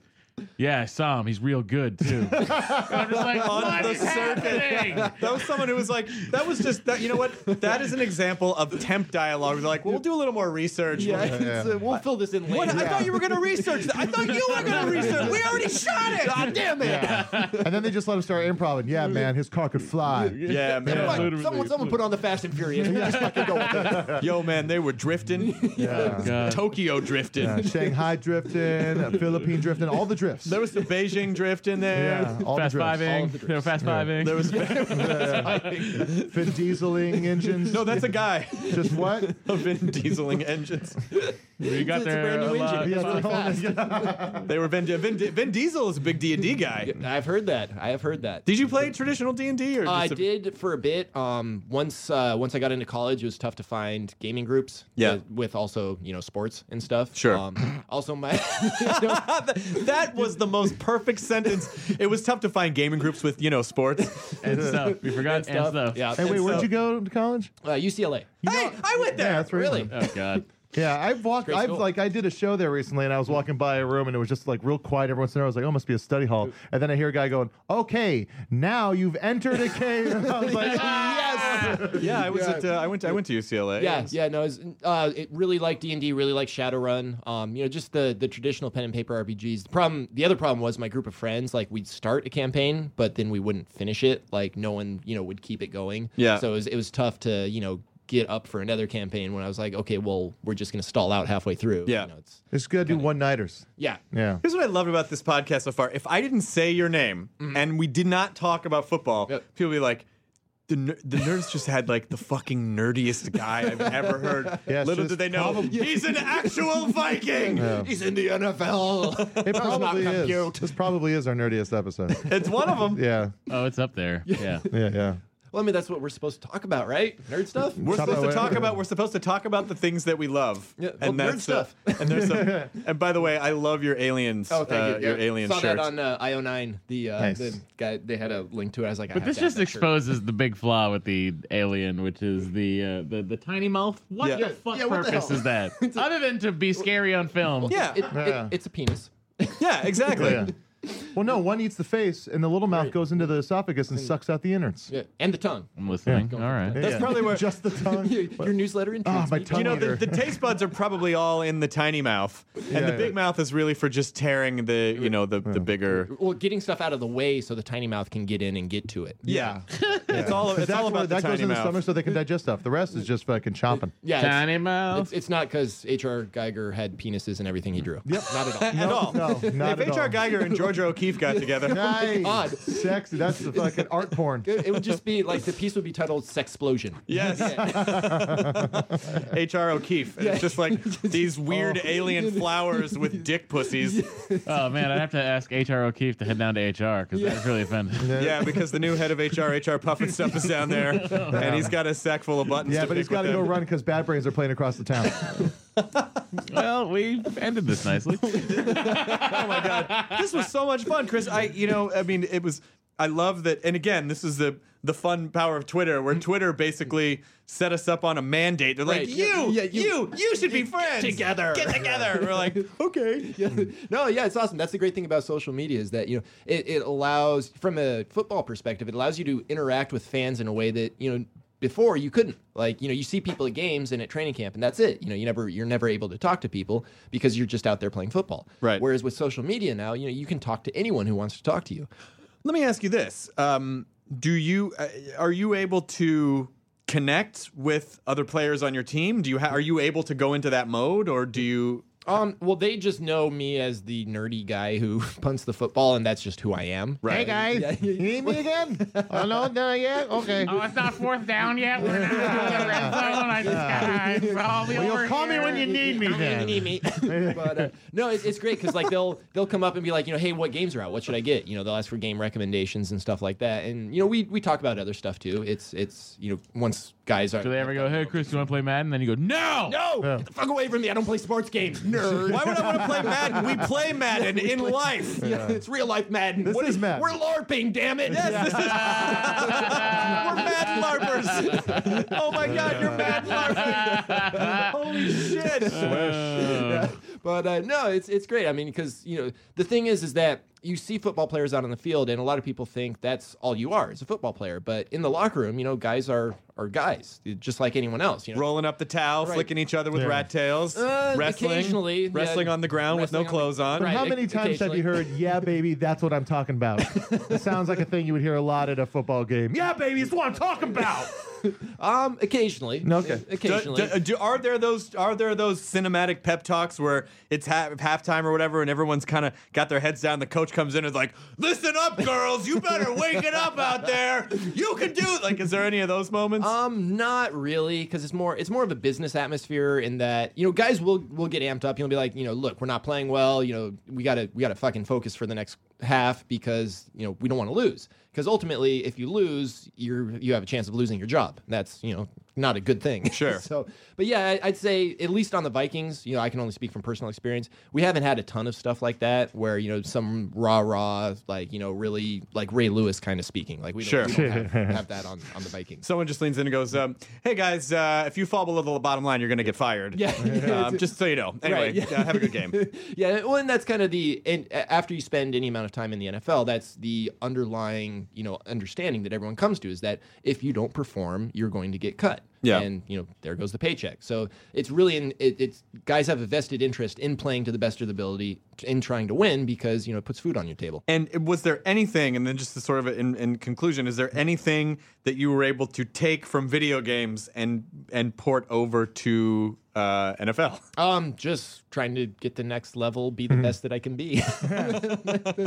H: yeah I saw him he's real good too And I'm just like
J: On
H: what
J: the
H: is
J: circuit."
H: happening
J: That was someone who was like, that was just that. You know what? That is an example of temp dialogue. They're like, we'll do a little more research.
I: Yeah,
J: We'll-
I: it's, uh, we'll fill this in later.
J: What? I thought you were gonna research. That. I thought you were gonna research. We already shot it. God damn it. Yeah,
G: and then they just let him start improv. Yeah, man, his car could fly.
J: man.
I: Come on, someone, someone put on the Fast and Furious. We'll just fucking go with it.
J: Yo, man, they were drifting.
H: Oh, God.
J: Tokyo drifting.
G: Uh, Shanghai drifting, uh, Philippine drifting, all the drifts.
J: There was the Beijing drift in there.
G: yeah, all
H: fast
G: the drifts.
H: fiving no fast fiving
J: There was.
G: Vin Dieseling engines.
J: No, that's a guy.
G: just what?
J: A Vin Dieseling engines.
H: we got
I: It's a
H: there
I: brand
H: a
I: new
H: lot.
I: engine.
G: Yeah,
J: They were Vin. Vin, Vin Diesel is a big D and D guy.
I: I've heard that. I have heard that.
J: Did you play traditional D and D or?
I: I
J: just a-
I: did for a bit. Um, once uh, once I got into college, it was tough to find gaming groups.
J: Yeah.
I: with- with also you know sports and stuff.
J: Sure.
I: Um, also my
J: that was the most perfect sentence. It was tough to find gaming groups with, you know, sports.
H: and stuff we forgot and stuff,
I: yeah.
G: Hey, wait,
I: and
G: where'd
I: so-
G: you go to college?
I: Uh, UCLA.
J: hey, I went
G: Yeah,
J: there.
G: that's where
I: Really?
H: oh god
G: Yeah, I've walked.
I: great
G: I've
I: school.
G: like I did a show there recently, and I was walking by a room, and it was just like real quiet. Everyone's there. I was like, "Oh, must be a study hall." And then I hear a guy going, "Okay, now you've entered a cave." And I was like,
I: yes.
J: Yeah, I was at. Uh, I went. To, I went to UCLA.
I: Yeah, yeah, no, it's uh, it really liked D and D, really liked Shadowrun. Um, you know, just the the traditional pen and paper RPGs. The problem, the other problem was my group of friends. Like we'd start a campaign, but then we wouldn't finish it. Like no one, you know, would keep it going.
J: Yeah.
I: So it was, it was tough to you know get up for another campaign when I was like, okay, well, we're just gonna stall out halfway through.
J: Yeah.
I: You know, it's,
G: "It's good to do one nighters."
I: yeah.
G: Yeah.
J: Here's what I loved about this podcast so far. If I didn't say your name
I: Mm-hmm.
J: and we did not talk about football, people would be like, the, ner- the nerds just had like the fucking nerdiest guy I've ever heard.
G: Yeah, it's
J: Little
G: just
J: did they know,
G: probably-
J: he's an actual Viking.
G: Yeah.
I: He's in the NFL.
G: It probably
I: not
G: is.
I: compute.
G: This probably is our nerdiest episode.
J: It's one of them.
G: yeah,
H: Oh, it's up there. Yeah.
G: yeah, yeah.
I: well, I mean, that's what we're supposed to talk about, right? Nerd stuff.
J: We're
G: Talk
J: supposed to
G: about
J: talk
G: whatever.
J: about we're supposed to talk about the things that we love.
I: Yeah,
J: and
I: well, nerd
J: that's uh, and there's some, and by the way, I love your aliens.
I: Oh, thank
J: uh,
I: you.
J: Your
I: Yeah.
J: alien
I: Saw
J: shirt.
I: that on uh, IO9. The, uh,
G: Nice.
I: the guy they had a link to it. I was like, I
H: But
I: have
H: this
I: to have
H: just
I: that shirt.
H: exposes the big flaw with the alien, which is the uh, the the tiny mouth. What
J: Yeah.
H: the fuck
I: Yeah, what the
H: purpose
I: hell?
H: is that? Other than to be scary on film.
J: yeah,
I: It- it-
G: Yeah.
I: it's a penis.
J: yeah, exactly.
G: yeah. Well, no, one eats the face, and the little mouth goes into the esophagus and sucks out the innards.
I: Yeah, and the tongue.
J: Mm.
H: I'm listening. All right.
J: That's
G: Yeah.
J: probably where-
G: just the tongue.
I: Your, your newsletter and
G: Ah, my
I: tweets.
G: tongue
J: You know, the,
G: eater.
J: the taste buds are probably all in the tiny mouth, and
G: Yeah,
J: the
G: yeah.
J: big mouth is really for just tearing the, you know, the, the bigger.
I: Well, getting stuff out of the way so the tiny mouth can get in and get to it.
J: Yeah, it's all it's
G: That's
J: all
G: where-
J: about the
G: that goes
J: tiny
G: in the
J: mouth.
G: stomach so they can digest stuff. The rest is just fucking chomping.
I: Yeah, it's-
H: Tiny mouth.
I: It's, it's not because H.R. Geiger had penises and everything he drew. Yep. Not at all.
J: at all.
G: no, not
J: if
G: at
J: H.R.
G: all.
J: Geiger and Georgia O'Keeffe got together,
G: Nice.
I: God.
G: Sexy. That's the fucking art porn.
I: It, it would just be like the piece would be titled Sexplosion.
J: yes, H.R. O'Keeffe, and it's just like these weird alien flowers with dick pussies.
H: Oh man, I'd have to ask HR O'Keefe to head down to HR because that's really offended.
J: Yeah, because the new head of HR, HR Puffin stuff, is down there, and he's got a sack full of buttons.
G: Yeah,
J: to
G: but he's got
J: got
G: to go run because Bad Brains are playing across the town.
H: Well, we ended this nicely.
J: oh my god this was so much fun chris i you know i mean it was i love that and again this is the the fun power of twitter where twitter basically set us up on a mandate they're like
I: Mm-hmm. Right.
J: you,
I: Yeah, yeah,
J: you
I: you-
J: you should be friends
I: together."
J: get together we're like
I: okay. Yeah. No, yeah, it's awesome. That's the great thing about social media is that, you know, it, it allows, from a football perspective, it allows you to interact with fans in a way that, you know, before you couldn't. Like, you know, you see people at games and at training camp and that's it. You know, you never you're never able to talk to people because you're just out there playing football.
J: Right.
I: Whereas with social media now, you know, you can talk to anyone who wants to talk to you.
J: let me ask you this um do you uh, are you able to connect with other players on your team do you ha- are you able to go into that mode or do you
I: Um, well, they just know me as the nerdy guy who punts the football, and that's just who I am.
G: Hey guys, you need me again? Oh no, no, yeah, okay.
H: oh, it's not fourth down yet. We're not out of the red zone. I just got I'll be
G: Well,
H: over
G: you'll call me
H: here.
G: when you need me. Then.
I: but uh, no, it's, it's great because like they'll they'll come up and be like, you know, hey, what games are out? What should I get? You know, they'll ask for game recommendations and stuff like that. And you know, we we talk about other stuff too. It's it's you know, once guys are
H: Do they ever go, hey Chris, you want to play Madden? Then you go, no,
I: no, get the fuck away from me. I don't play sports games, nerd.
J: "Oh." why would I want to play Madden? We play Madden in life.
I: Yeah, it's real life Madden.
G: This is Madden.
I: We're LARPing, damn it.
J: Yes, this is- We're mad LARPers. Oh my god, you're mad
G: Ah.
J: LARPing. Holy shit.
I: but uh, no, it's it's great. I mean, because you know the thing is, is that you see football players out on the field, and a lot of people think that's all you are as a football player. But in the locker room, you know, guys are are guys, just like anyone else. You know,
J: Rolling up the towel, flicking each other with rat tails,
I: Uh,
J: wrestling,
I: occasionally,
J: wrestling
I: yeah.
J: on the ground with
I: Wrestling
J: no
I: on the-
J: clothes on.
I: Right. e-
G: How many times have you heard, yeah, baby, that's what I'm talking about? It sounds like a thing you would hear a lot at a football game. Yeah, baby, it's what I'm talking about.
I: um, occasionally,
G: No, okay.
J: Do,
I: occasionally.
J: do, do- are there those are there those cinematic pep talks where it's half halftime or whatever, and everyone's kind of got their heads down? The coach comes in and is like, "Listen up, girls, you better wake it up out there. You can do it." Like, is there any of those moments?
I: Um, not really, because it's more it's more of a business atmosphere in that you know guys will will get amped up. You'll be like, you know, look, we're not playing well. You know, we gotta we gotta fucking focus for the next half because you know we don't want to lose. Because ultimately, if you lose, you're you have a chance of losing your job. That's you know not a good thing.
J: Sure.
I: so, but yeah, I- I'd say at least on the Vikings, you know, I can only speak from personal experience. We haven't had a ton of stuff like that where you know some rah rah like you know really like Ray Lewis kind of speaking. Like we don't,
J: Sure.
I: we don't have, have that on on the Vikings.
J: Someone just leans in and goes, um, "Hey guys, uh, if you fall below the bottom line, you're going to get fired.
I: Yeah.
J: um, just so you know. Anyway,
I: Right, yeah.
J: uh, have a good game.
I: yeah, well, and that's kind of the and a- after you spend any amount of time in the NFL, that's the underlying you know understanding that everyone comes to is that if you don't perform, you're going to get cut.
J: Yeah.
I: and you know there goes the paycheck. So it's really in it, it's guys have a vested interest in playing to the best of the ability t- in trying to win because you know it puts food on your table.
J: And was there anything, and then just the sort of in, in conclusion, is there anything that you were able to take from video games and and port over to uh, NFL?
I: Um, just trying to get the next level, be the best that I can be.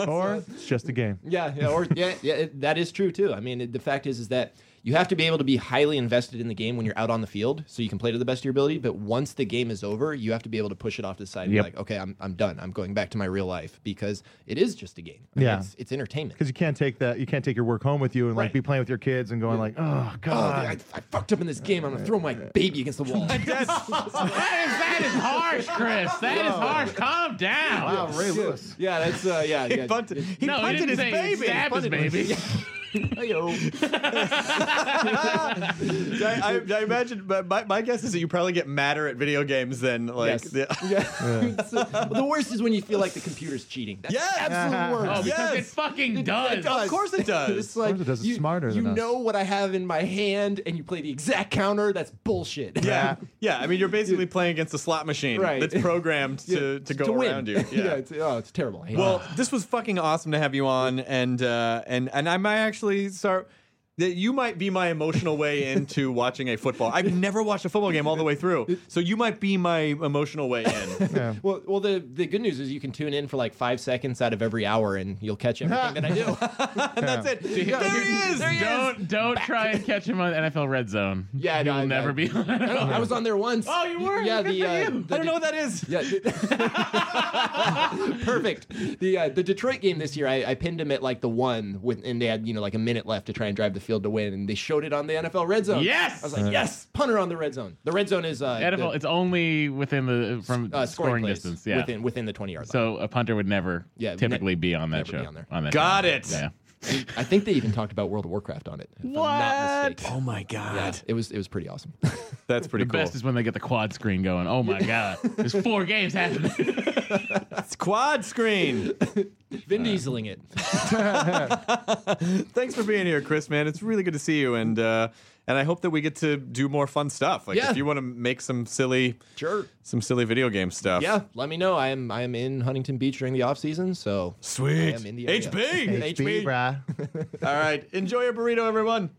G: or it's just a game.
I: Yeah, yeah, or yeah, yeah, it, that is true too. I mean, it, the fact is, is that you have to be able to be highly invested in the game when you're out on the field, so you can play to the best of your ability. But once the game is over, you have to be able to push it off to the side and
G: Yep.
I: be like, okay, I'm, I'm done. I'm going back to my real life because it is just a game. I mean,
G: Yeah.
I: it's, it's entertainment.
G: Because you can't take that, you can't take your work home with you and like
I: Right.
G: be playing with your kids and going like, oh
I: Oh,
G: god,
I: I, I fucked up in this game. I'm gonna throw my baby against the wall.
H: that is harsh, Chris. That is harsh. Calm down.
G: wow, Ray Lewis.
I: yeah, that's uh, yeah.
J: He
I: yeah.
J: punted, he
H: No, he
J: punted
H: didn't
J: his
H: say he
J: baby.
H: stabbed his
J: Punted his-
H: baby.
I: Heyo.
J: I, I, I imagine, but my, my guess is that you probably get madder at video games than like.
I: Yes.
J: The,
I: Yeah. So- well, the worst is when you feel like the computer's cheating. That's
J: Yes.
I: absolute worst.
H: Oh, because
J: Yes.
H: it fucking does.
J: Of course it does.
I: it's like
G: Forza does it
I: you,
G: smarter
I: you
G: than us.
I: know what I have in my hand, and you play the exact counter. That's bullshit.
J: yeah, yeah. I mean, you're basically playing against a slot machine
I: Right.
J: that's programmed
I: Yeah,
J: to, to go
I: win.
J: around you.
I: yeah, it's, oh, it's terrible. I hate
J: Well,
I: it.
J: this was fucking awesome to have you on, and uh, and and I might actually start. That you might be my emotional way into watching a football. I've never watched a football game all the way through, so you might be my emotional way in.
G: Yeah.
I: well, well. The the good news is you can tune in for like five seconds out of every hour, and you'll catch everything that I do.
J: And that's it. There he is.
H: Don't don't try and catch him on NFL Red Zone.
I: Yeah,
H: he
I: no,
H: will
I: I-
H: never
I: I-
H: be.
I: I, don't know, I was on there once.
H: Oh, you were?
I: Yeah,
H: Good
I: the,
H: for
I: uh,
H: you.
I: the-
J: I don't know what that is.
I: Yeah. the- Perfect. The uh, the Detroit game this year, I, I pinned him at like the one, with, and they had you know like a minute left to try and drive the field to win, and they showed it on the NFL red zone.
H: Yes!
I: I was like, yes, punter on the red zone. The red zone is uh,
H: NFL.
I: the,
H: it's only within the from
I: uh,
H: scoring,
I: plays
H: distance. Yeah.
I: within within the twenty yard line.
H: so a punter would never
I: Yeah, ne-
H: typically be on that
I: never be
H: show.
I: on there.
H: that
J: Got
H: show.
J: it.
H: Yeah.
I: I think they even talked about World of Warcraft on it. If I'm not mistaken.
J: Oh my god,
I: Yeah, it was it was pretty awesome.
J: that's pretty
H: The
J: cool.
H: best is when they get the quad screen going. Oh my god, there's four games happening.
J: It's quad screen.
I: Vin Dieseling it.
J: Thanks for being here, Chris. Man, it's really good to see you, and uh, and I hope that we get to do more fun stuff. Like
I: Yeah.
J: if you want to make some silly,
I: Sure.
J: some silly video game stuff.
I: Yeah, let me know. I am I am in Huntington Beach during the off season, so
J: Sweet.
I: I am in the area.
J: HB.
G: HB, bruh.
J: All right. Enjoy your burrito, everyone.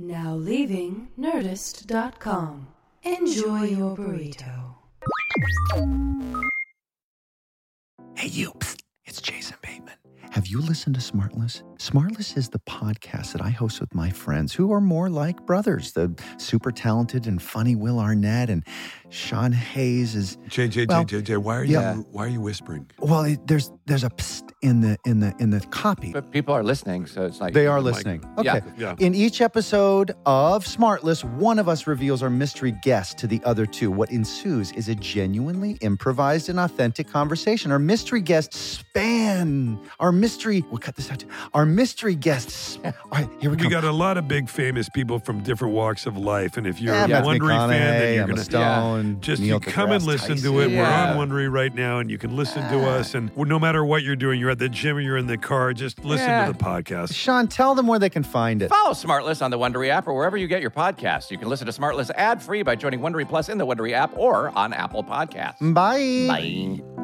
F: Now leaving Nerdist.com. Enjoy your burrito.
K: Hey, you. Psst. It's Jason Bateman. Have you listened to Smartless? Smartless is the podcast that I host with my friends who are more like brothers. The super talented and funny Will Arnett and Sean Hayes is.
L: JJ,
K: Well,
L: JJ, why are
K: yeah.
L: you why are you whispering?
K: Well, it, there's there's a psst in the in the in the copy.
M: But people are listening, so it's like
K: They are listening. Okay.
L: Yeah.
K: In each episode of Smartless, one of us reveals our mystery guest to the other two. What ensues is a genuinely improvised and authentic conversation. Our mystery guest span. Our mystery. We'll cut this out. too. Our mystery guest. sp- All right, here we go.
L: We got a lot of big famous people from different walks of life, and if you're
K: Yeah,
L: a
K: Matthew
L: Wondery fan,
K: McConaughey,
L: then you're
K: Emma
L: gonna
K: Stone,
L: just
K: Neil
L: you come and
K: deGrasse
L: listen to it.
K: Tyson. Ah.
M: Yeah.
L: We're on Wondery right now, and you can listen to us. And no matter what you're doing, you're at the gym or you're in the car, just listen
M: Yeah.
L: to the podcast.
K: Sean, tell them where they can find it.
M: Follow Oh, Smartless on the Wondery app or wherever you get your podcasts. You can listen to Smartless ad free by joining Wondery Plus in the Wondery app or on Apple Podcasts.
K: Bye.
M: Bye.